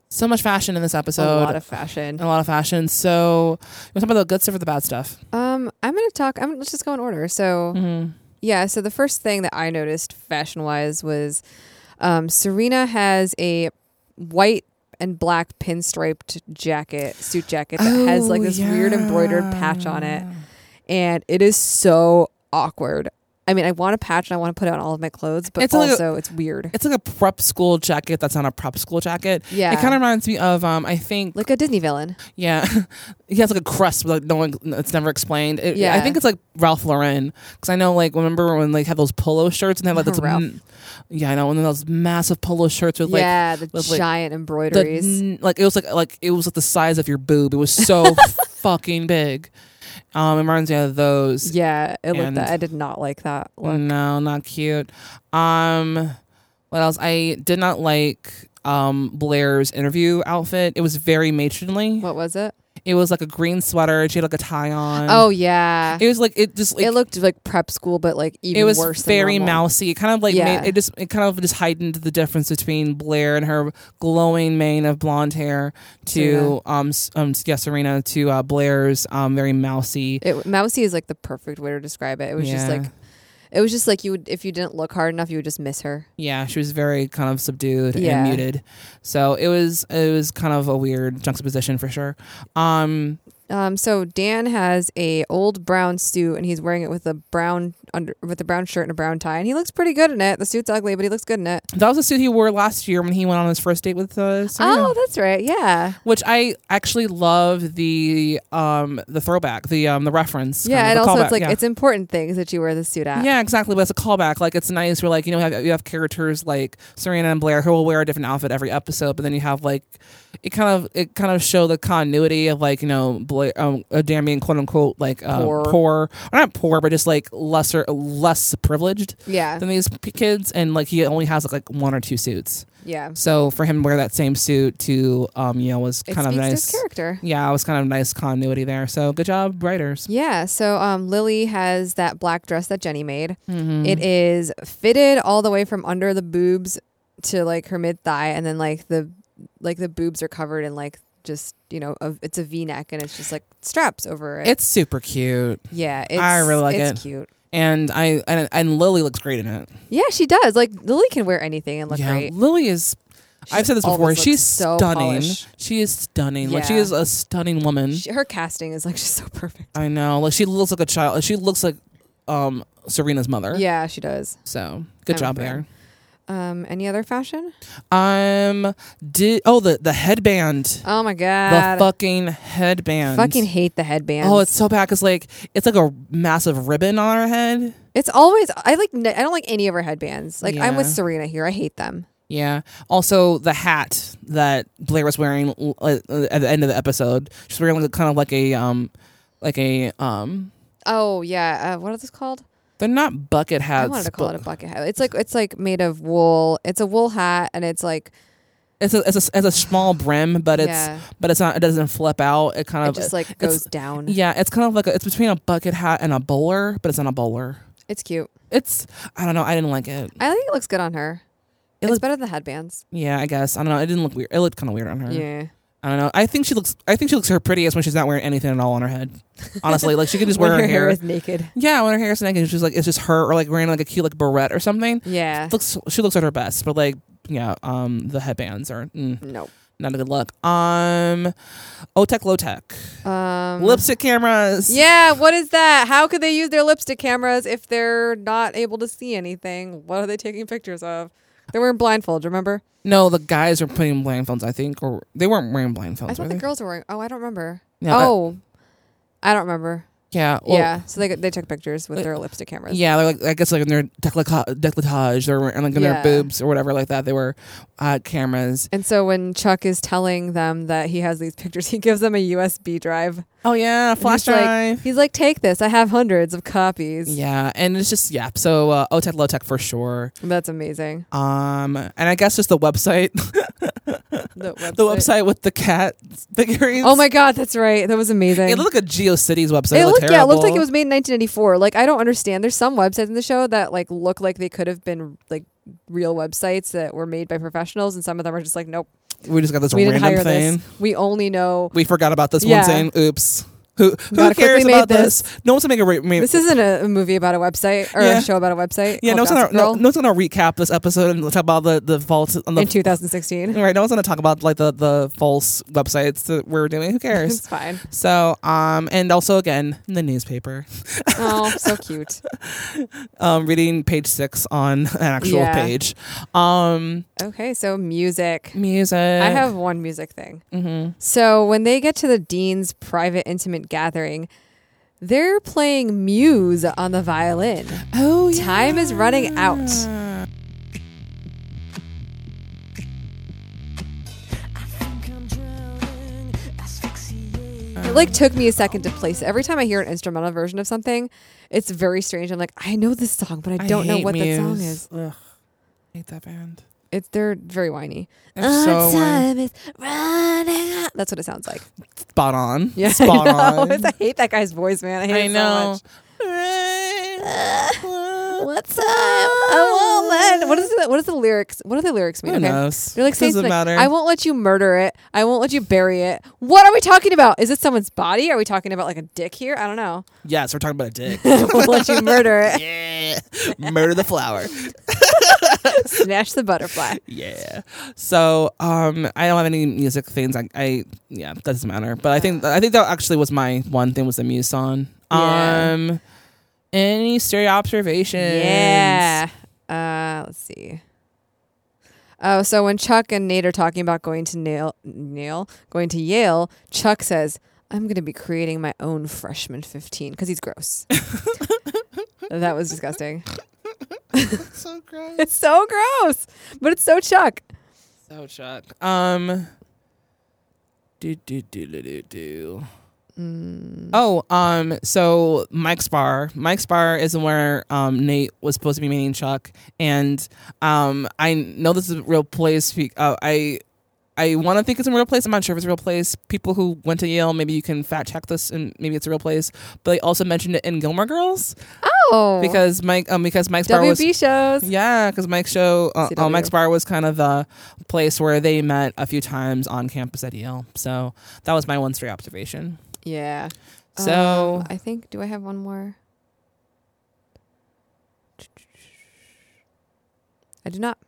So much fashion in this episode.
A lot of fashion.
A lot of fashion. So you want to talk about the good stuff or the bad stuff?
Um, I'm gonna talk. I'm let's just go in order. So,
Mm-hmm.
yeah. So the first thing that I noticed fashion wise was, um, Serena has a white and black pinstriped jacket, suit jacket that has like
Oh,
this weird embroidered patch on it, and it is so awkward. I mean, I want a patch and I want to put it on all of my clothes, but
It's like a-
also it's weird.
It's like a prep school jacket that's not a prep school jacket.
Yeah.
It kind of reminds me of, um, I think.
Like a Disney villain.
Yeah. (laughs) he has like a crust, but like no one, it's never explained. It,
Yeah.
I think it's like Ralph Lauren. Because I know, like, remember when they had those polo shirts and they had
(laughs)
like this.
Ralph.
m- yeah, I know. And then those massive polo shirts with like.
yeah, the
with, like,
giant
the
embroideries.
n- like, it was like, like, it was like the size of your boob. It was
(laughs)
so fucking big. Um, it reminds me of those.
yeah, it looked
and-
that. I did not like that.
No, not cute. Um, what else? I did not like um Blair's interview outfit. It was very matronly.
What was it?
It was like a green sweater. She had like a tie on.
Oh yeah,
Um, It was like it just like,
it looked like prep school, but like even
it was
worse. than
very
normal.
mousy. It kind of like
Yeah.
made, it just it kind of just heightened the difference between Blair and her glowing mane of blonde hair
Serena.
to um s- um s- yeah Serena to uh, Blair's um very mousy.
It, mousy is like the perfect way to describe it. It was just
Yeah.
like, it was just like you would if you didn't look hard enough, you would just miss her.
Yeah, she was very kind of subdued
Yeah.
and muted. So it was it was kind of a weird juxtaposition for sure. Um
Um, so Dan has a old brown suit and he's wearing it with a brown under with a brown shirt and a brown tie, and he looks pretty good in it. The suit's ugly, but he looks good in it.
that was a suit he wore last year when he went on his first date with uh, Serena.
Oh, that's right. Yeah,
Which I actually love the um the throwback, the um the reference.
yeah,
kind
and
of, the
also
callback,
it's like
yeah.
it's important things that you wear the suit at.
yeah, exactly. But it's a callback. Like it's nice. We're like you know you have, you have characters like Serena and Blair who will wear a different outfit every episode, but then you have like it kind of it kind of show the continuity of like you know Blair um, uh, Dan being quote unquote like uh,
Poor.
poor, or not poor, but just like lesser less privileged
Yeah.
than these p- kids, and like he only has like, like one or two suits.
Yeah.
So for him to wear that same suit to um you know was
It
kind of
speaks to
nice
his character.
Yeah, it was kind of nice continuity there. So good job, writers.
Yeah, so um, Lily has that black dress that Jenny made.
Mhm.
It is fitted all the way from under the boobs to like her mid thigh, and then like the like the boobs are covered in like just you know a, it's a V neck and it's just like straps over it.
It's super cute.
yeah, it's,
I really like
it's
it.
cute.
And I and, and Lily looks great in it.
Yeah, she does. Like Lily can wear anything and look
yeah,
great.
Lily is. I've said this
always
before.
looks
She's
so
stunning.
polished.
She is stunning. Like she
Yeah.
is a stunning woman.
She- her casting is like (laughs) just so perfect.
I know. Like she looks like a child. She looks like um Serena's mother.
Yeah, she does.
So good
I'm a
job
fan.
there.
Um, any other fashion?
Um. Did oh the the headband.
Oh my
the
god,
fucking headband.
fucking hate the headband.
Oh, it's so bad because like it's like a massive ribbon on her head.
It's always I like n- I don't like any of her headbands. Like I'm with
Yeah.
Serena here. I hate them.
Yeah. Also, the hat that Blair was wearing l- uh, at the end of the episode, she's wearing like, kind of like a um, like a um.
Oh yeah, uh, what is this called?
They're not bucket hats.
I wanted to call it a
but
bucket hat. It's like it's like made of wool. It's a wool hat, and it's like
It's a, it's a it's a small brim, but it's
Yeah.
but it's not. It doesn't flip out. It kind
it
of
just like
it's-
goes down.
Yeah, it's kind of like a, it's between a bucket hat and a bowler, but it's not a bowler.
It's cute.
It's I don't know. I didn't like it.
I think it looks good on her.
It
it's
look-
better than the headbands.
Yeah, I guess I don't know. It didn't look weird. It looked kind of weird on her.
Yeah.
I don't know. I think she looks. I think she looks her prettiest when she's not wearing anything at all on her head. Honestly, like she could just wear
(laughs) When
her, hair.
is naked.
Yeah, when her hair's naked, she's like it's just her, or like wearing like a cute like barrette or something.
Yeah.
Looks she looks at her best, but like yeah, um, the headbands are mm,
Nope.
Not a good look. Um, Otech Low Tech.
Um,
Lipstick cameras.
Yeah, what is that? How could they use their lipstick cameras if they're not able to see anything? What are they taking pictures of? They were in blindfolds, remember?
No, the guys were putting blindfolds, I think, or they weren't wearing blindfolds.
I thought
were
the
they?
girls were wearing. Oh, I don't remember.
No, I-
oh, I, don't remember.
Yeah, well- uh,
yeah. So they they took pictures with their lipstick cameras.
Yeah, they're like I guess like in their decolletage, decolletage or like in
Yeah.
their boobs or whatever like that. They were uh, cameras.
And so when Chuck is telling them that he has these (laughs) pictures, he gives them a USB drive.
Oh yeah, flash drive.
Like, he's like, "Take this. I have hundreds of copies."
Yeah, and it's just yeah. So uh, OTech, low tech for sure.
That's amazing.
Um, and I guess just the website, (laughs)
The website.
the website with the cat figurines.
Oh my god, that's right. That was amazing.
It looked like a GeoCities website.
it looked,
terrible.
yeah, it looked like it was made in 1994. Like I don't understand. There's some websites in the show that like look like they could have been like real websites that were made by professionals, and some of them are just like, nope.
We just got this
we didn't
random
hire this.
thing.
We only know
We forgot about this
Yeah.
one saying, "Oops, who who
Gotta
cares
quickly made
about
this.
this? No one's gonna make a re-
this isn't a, a movie about a website or
Yeah.
a show about a website.
Yeah, no one's,
called
gonna,
Gossip
no,
Girl
no one's gonna recap this episode and talk about the the false on the
in 2016.
Right, no one's gonna talk about like the the false websites that we're doing. Who cares?
(laughs) It's fine.
So, um, and also again, the newspaper,
oh, so cute.
(laughs) um, reading page six on an actual
Yeah.
page. Um,
Okay, so music.
Music.
I have one music thing.
Mhm.
So when they get to the dean's private intimate gathering, they're playing Muse on the violin.
Oh,
Time is running out. It like took me a second to place it. Every time I hear an instrumental version of something, it's very strange. I'm like, I know this song, but I don't know
hate
what that song
Muse.
is.
Ugh. Hate that band.
It's they're very whiny.
They're so whiny.
time is running out. That's what it
(laughs)
sounds like.
Spot on.
Yeah,
Spot
(laughs) I know.
on.
I hate that guy's voice, man. I hate
I
it so
know.
much. (laughs) What's up? I won't let. What is the What is the lyrics? What do the lyrics mean?
Who knows?
They're like saying
Doesn't
something like,
matter.
I won't let you murder it. I won't let you bury it. What are we talking about? Is it someone's body? Are we talking about like a dick here? I don't know. (laughs)
Yes, we're talking about a dick.
won't let you murder it. (laughs)
yeah. Murder the flower.
Snatch the
(laughs)
butterfly.
Yeah. So um, I don't have any music things. I, I yeah, that doesn't matter. But I think I think that actually was my one thing was the muse song.
Yeah.
Um, any stereo observations? (laughs)
Yeah. (laughs) Uh, let's see. Oh, so when Chuck and Nate are talking about going to Nail, Nail, going to Yale, Chuck says, "I'm going to be creating my own freshman 15 because
(laughs)
he's gross." that was disgusting. (laughs)
So gross.
It's so gross, but it's so Chuck.
So Chuck. Um. Do do do do do do. Oh, um. So Mike's bar. Mike's bar is where um Nate was supposed to be meeting Chuck, and um I know this is a real place. be- Uh, I. I want to think it's a real place. I'm not sure if it's a real place. People who went to Yale, maybe you can fact check this, and maybe it's a real place. But they also mentioned it in Gilmore Girls
Oh,
because Mike, um, because Mike's bar was
WB
(laughs)
shows.
yeah, because Mike's show, uh, uh,
CW.
Mike's Bar was kind of the place where they met a few times on campus at Yale. So that was my one straight observation.
Yeah.
So-
Um, I think do I have one more? I do not.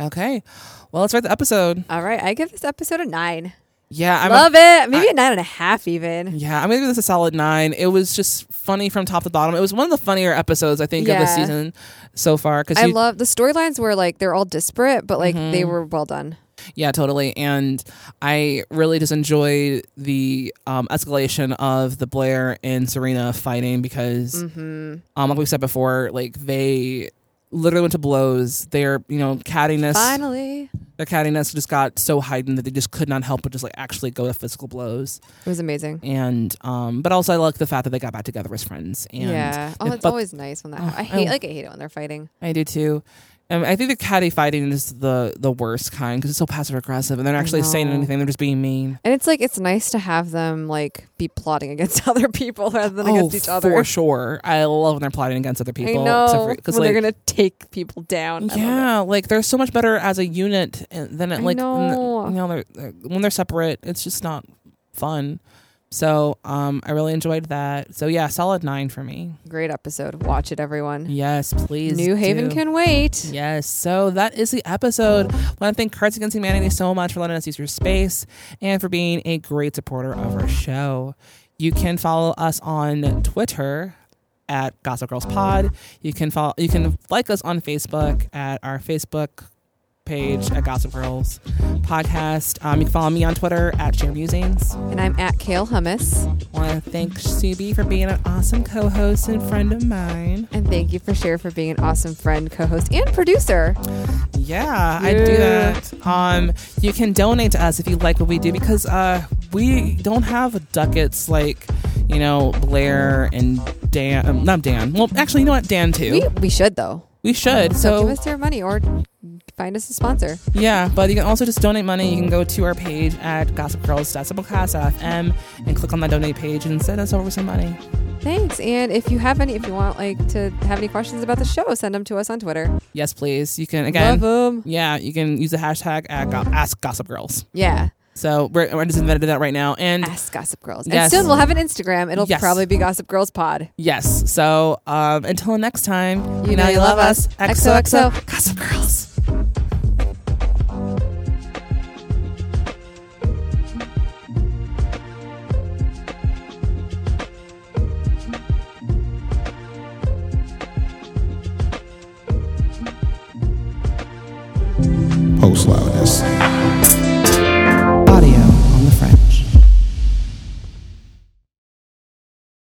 Okay, well let's write the episode.
All right, I give this episode a nine.
Yeah, I'm
Love
a,
it. Maybe a nine and a half even.
Yeah, I'm gonna give this a solid nine. It was just funny from top to bottom. It was one of the funnier episodes I think of the
Yeah.
season so far. Because
I love the storylines were like they're all disparate, but like
Mm-hmm.
they were well done.
Yeah, totally. And I really just enjoyed the um, escalation of the Blair and Serena fighting because, um, like we said before, like they literally went to blows. Their you know cattiness,
Finally,
their cattiness just got so heightened that they just could not help but just like actually go to physical blows.
it was amazing.
And um, but also I like the fact that they got back together as friends. And
yeah. Oh,
and-
it's
but
always nice when that.
Oh,
happens. I hate
oh.
like I hate it when they're fighting.
I do too. Um, I think the catty fighting is the the worst kind because it's so passive aggressive and they're not actually saying
know.
anything. They're just being mean.
And it's like it's nice to have them like be plotting against (laughs) other people rather than against each other.
Oh, For sure. I love when they're plotting against other people.
I
except
know
for-
when they're gonna take people down. I love it.
yeah, like they're so much better as a unit and- than it
I
like n-
know.
you know they're, they're- when they're separate, it's just not fun. So um, I really enjoyed that. So yeah, solid nine for me.
Great episode. Watch it, everyone.
Yes, please.
New Haven
do.
can wait.
Yes. So that is the episode. I want to thank Cards Against Humanity so much for letting us use your space and for being a great supporter of our show. You can follow us on Twitter at Gossip Girls Pod. You can follow you can like us on Facebook at our Facebook page at Gossip Girls Podcast. Um, you can follow me on Twitter at Share Musings.
And I'm at Kale Hummus.
want to thank Subi for being an awesome co-host and friend of mine.
And thank you for Cher for being an awesome friend, co-host, and producer.
Yeah, I do that. Um, you can donate to us if you like what we do because uh, we don't have ducats like you know Blair and Dan. um, Not Dan. Well, actually, you know what? Dan too.
We, we should though.
We should.
So,
So,
give us your money or find us a sponsor.
yeah, but you can also just donate money. You can go to our page at gossipgirls.simplecast.fm and click on that donate page and send us over some money.
Thanks. And if you have any, if you want like to have any questions about the show, send them to us on Twitter.
Yes, please. You can again.
Love 'em.
Yeah, you can use the hashtag at go- Ask Gossip Girls.
Yeah.
So we're, we're just invented that right now. And
Ask Gossip Girls.
Yes.
And soon we'll have an Instagram. It'll
Yes.
probably be Gossip Girls Pod.
Yes. So um, until next time,
You know you love us.
XOXO.
XOXO.
Gossip Girls.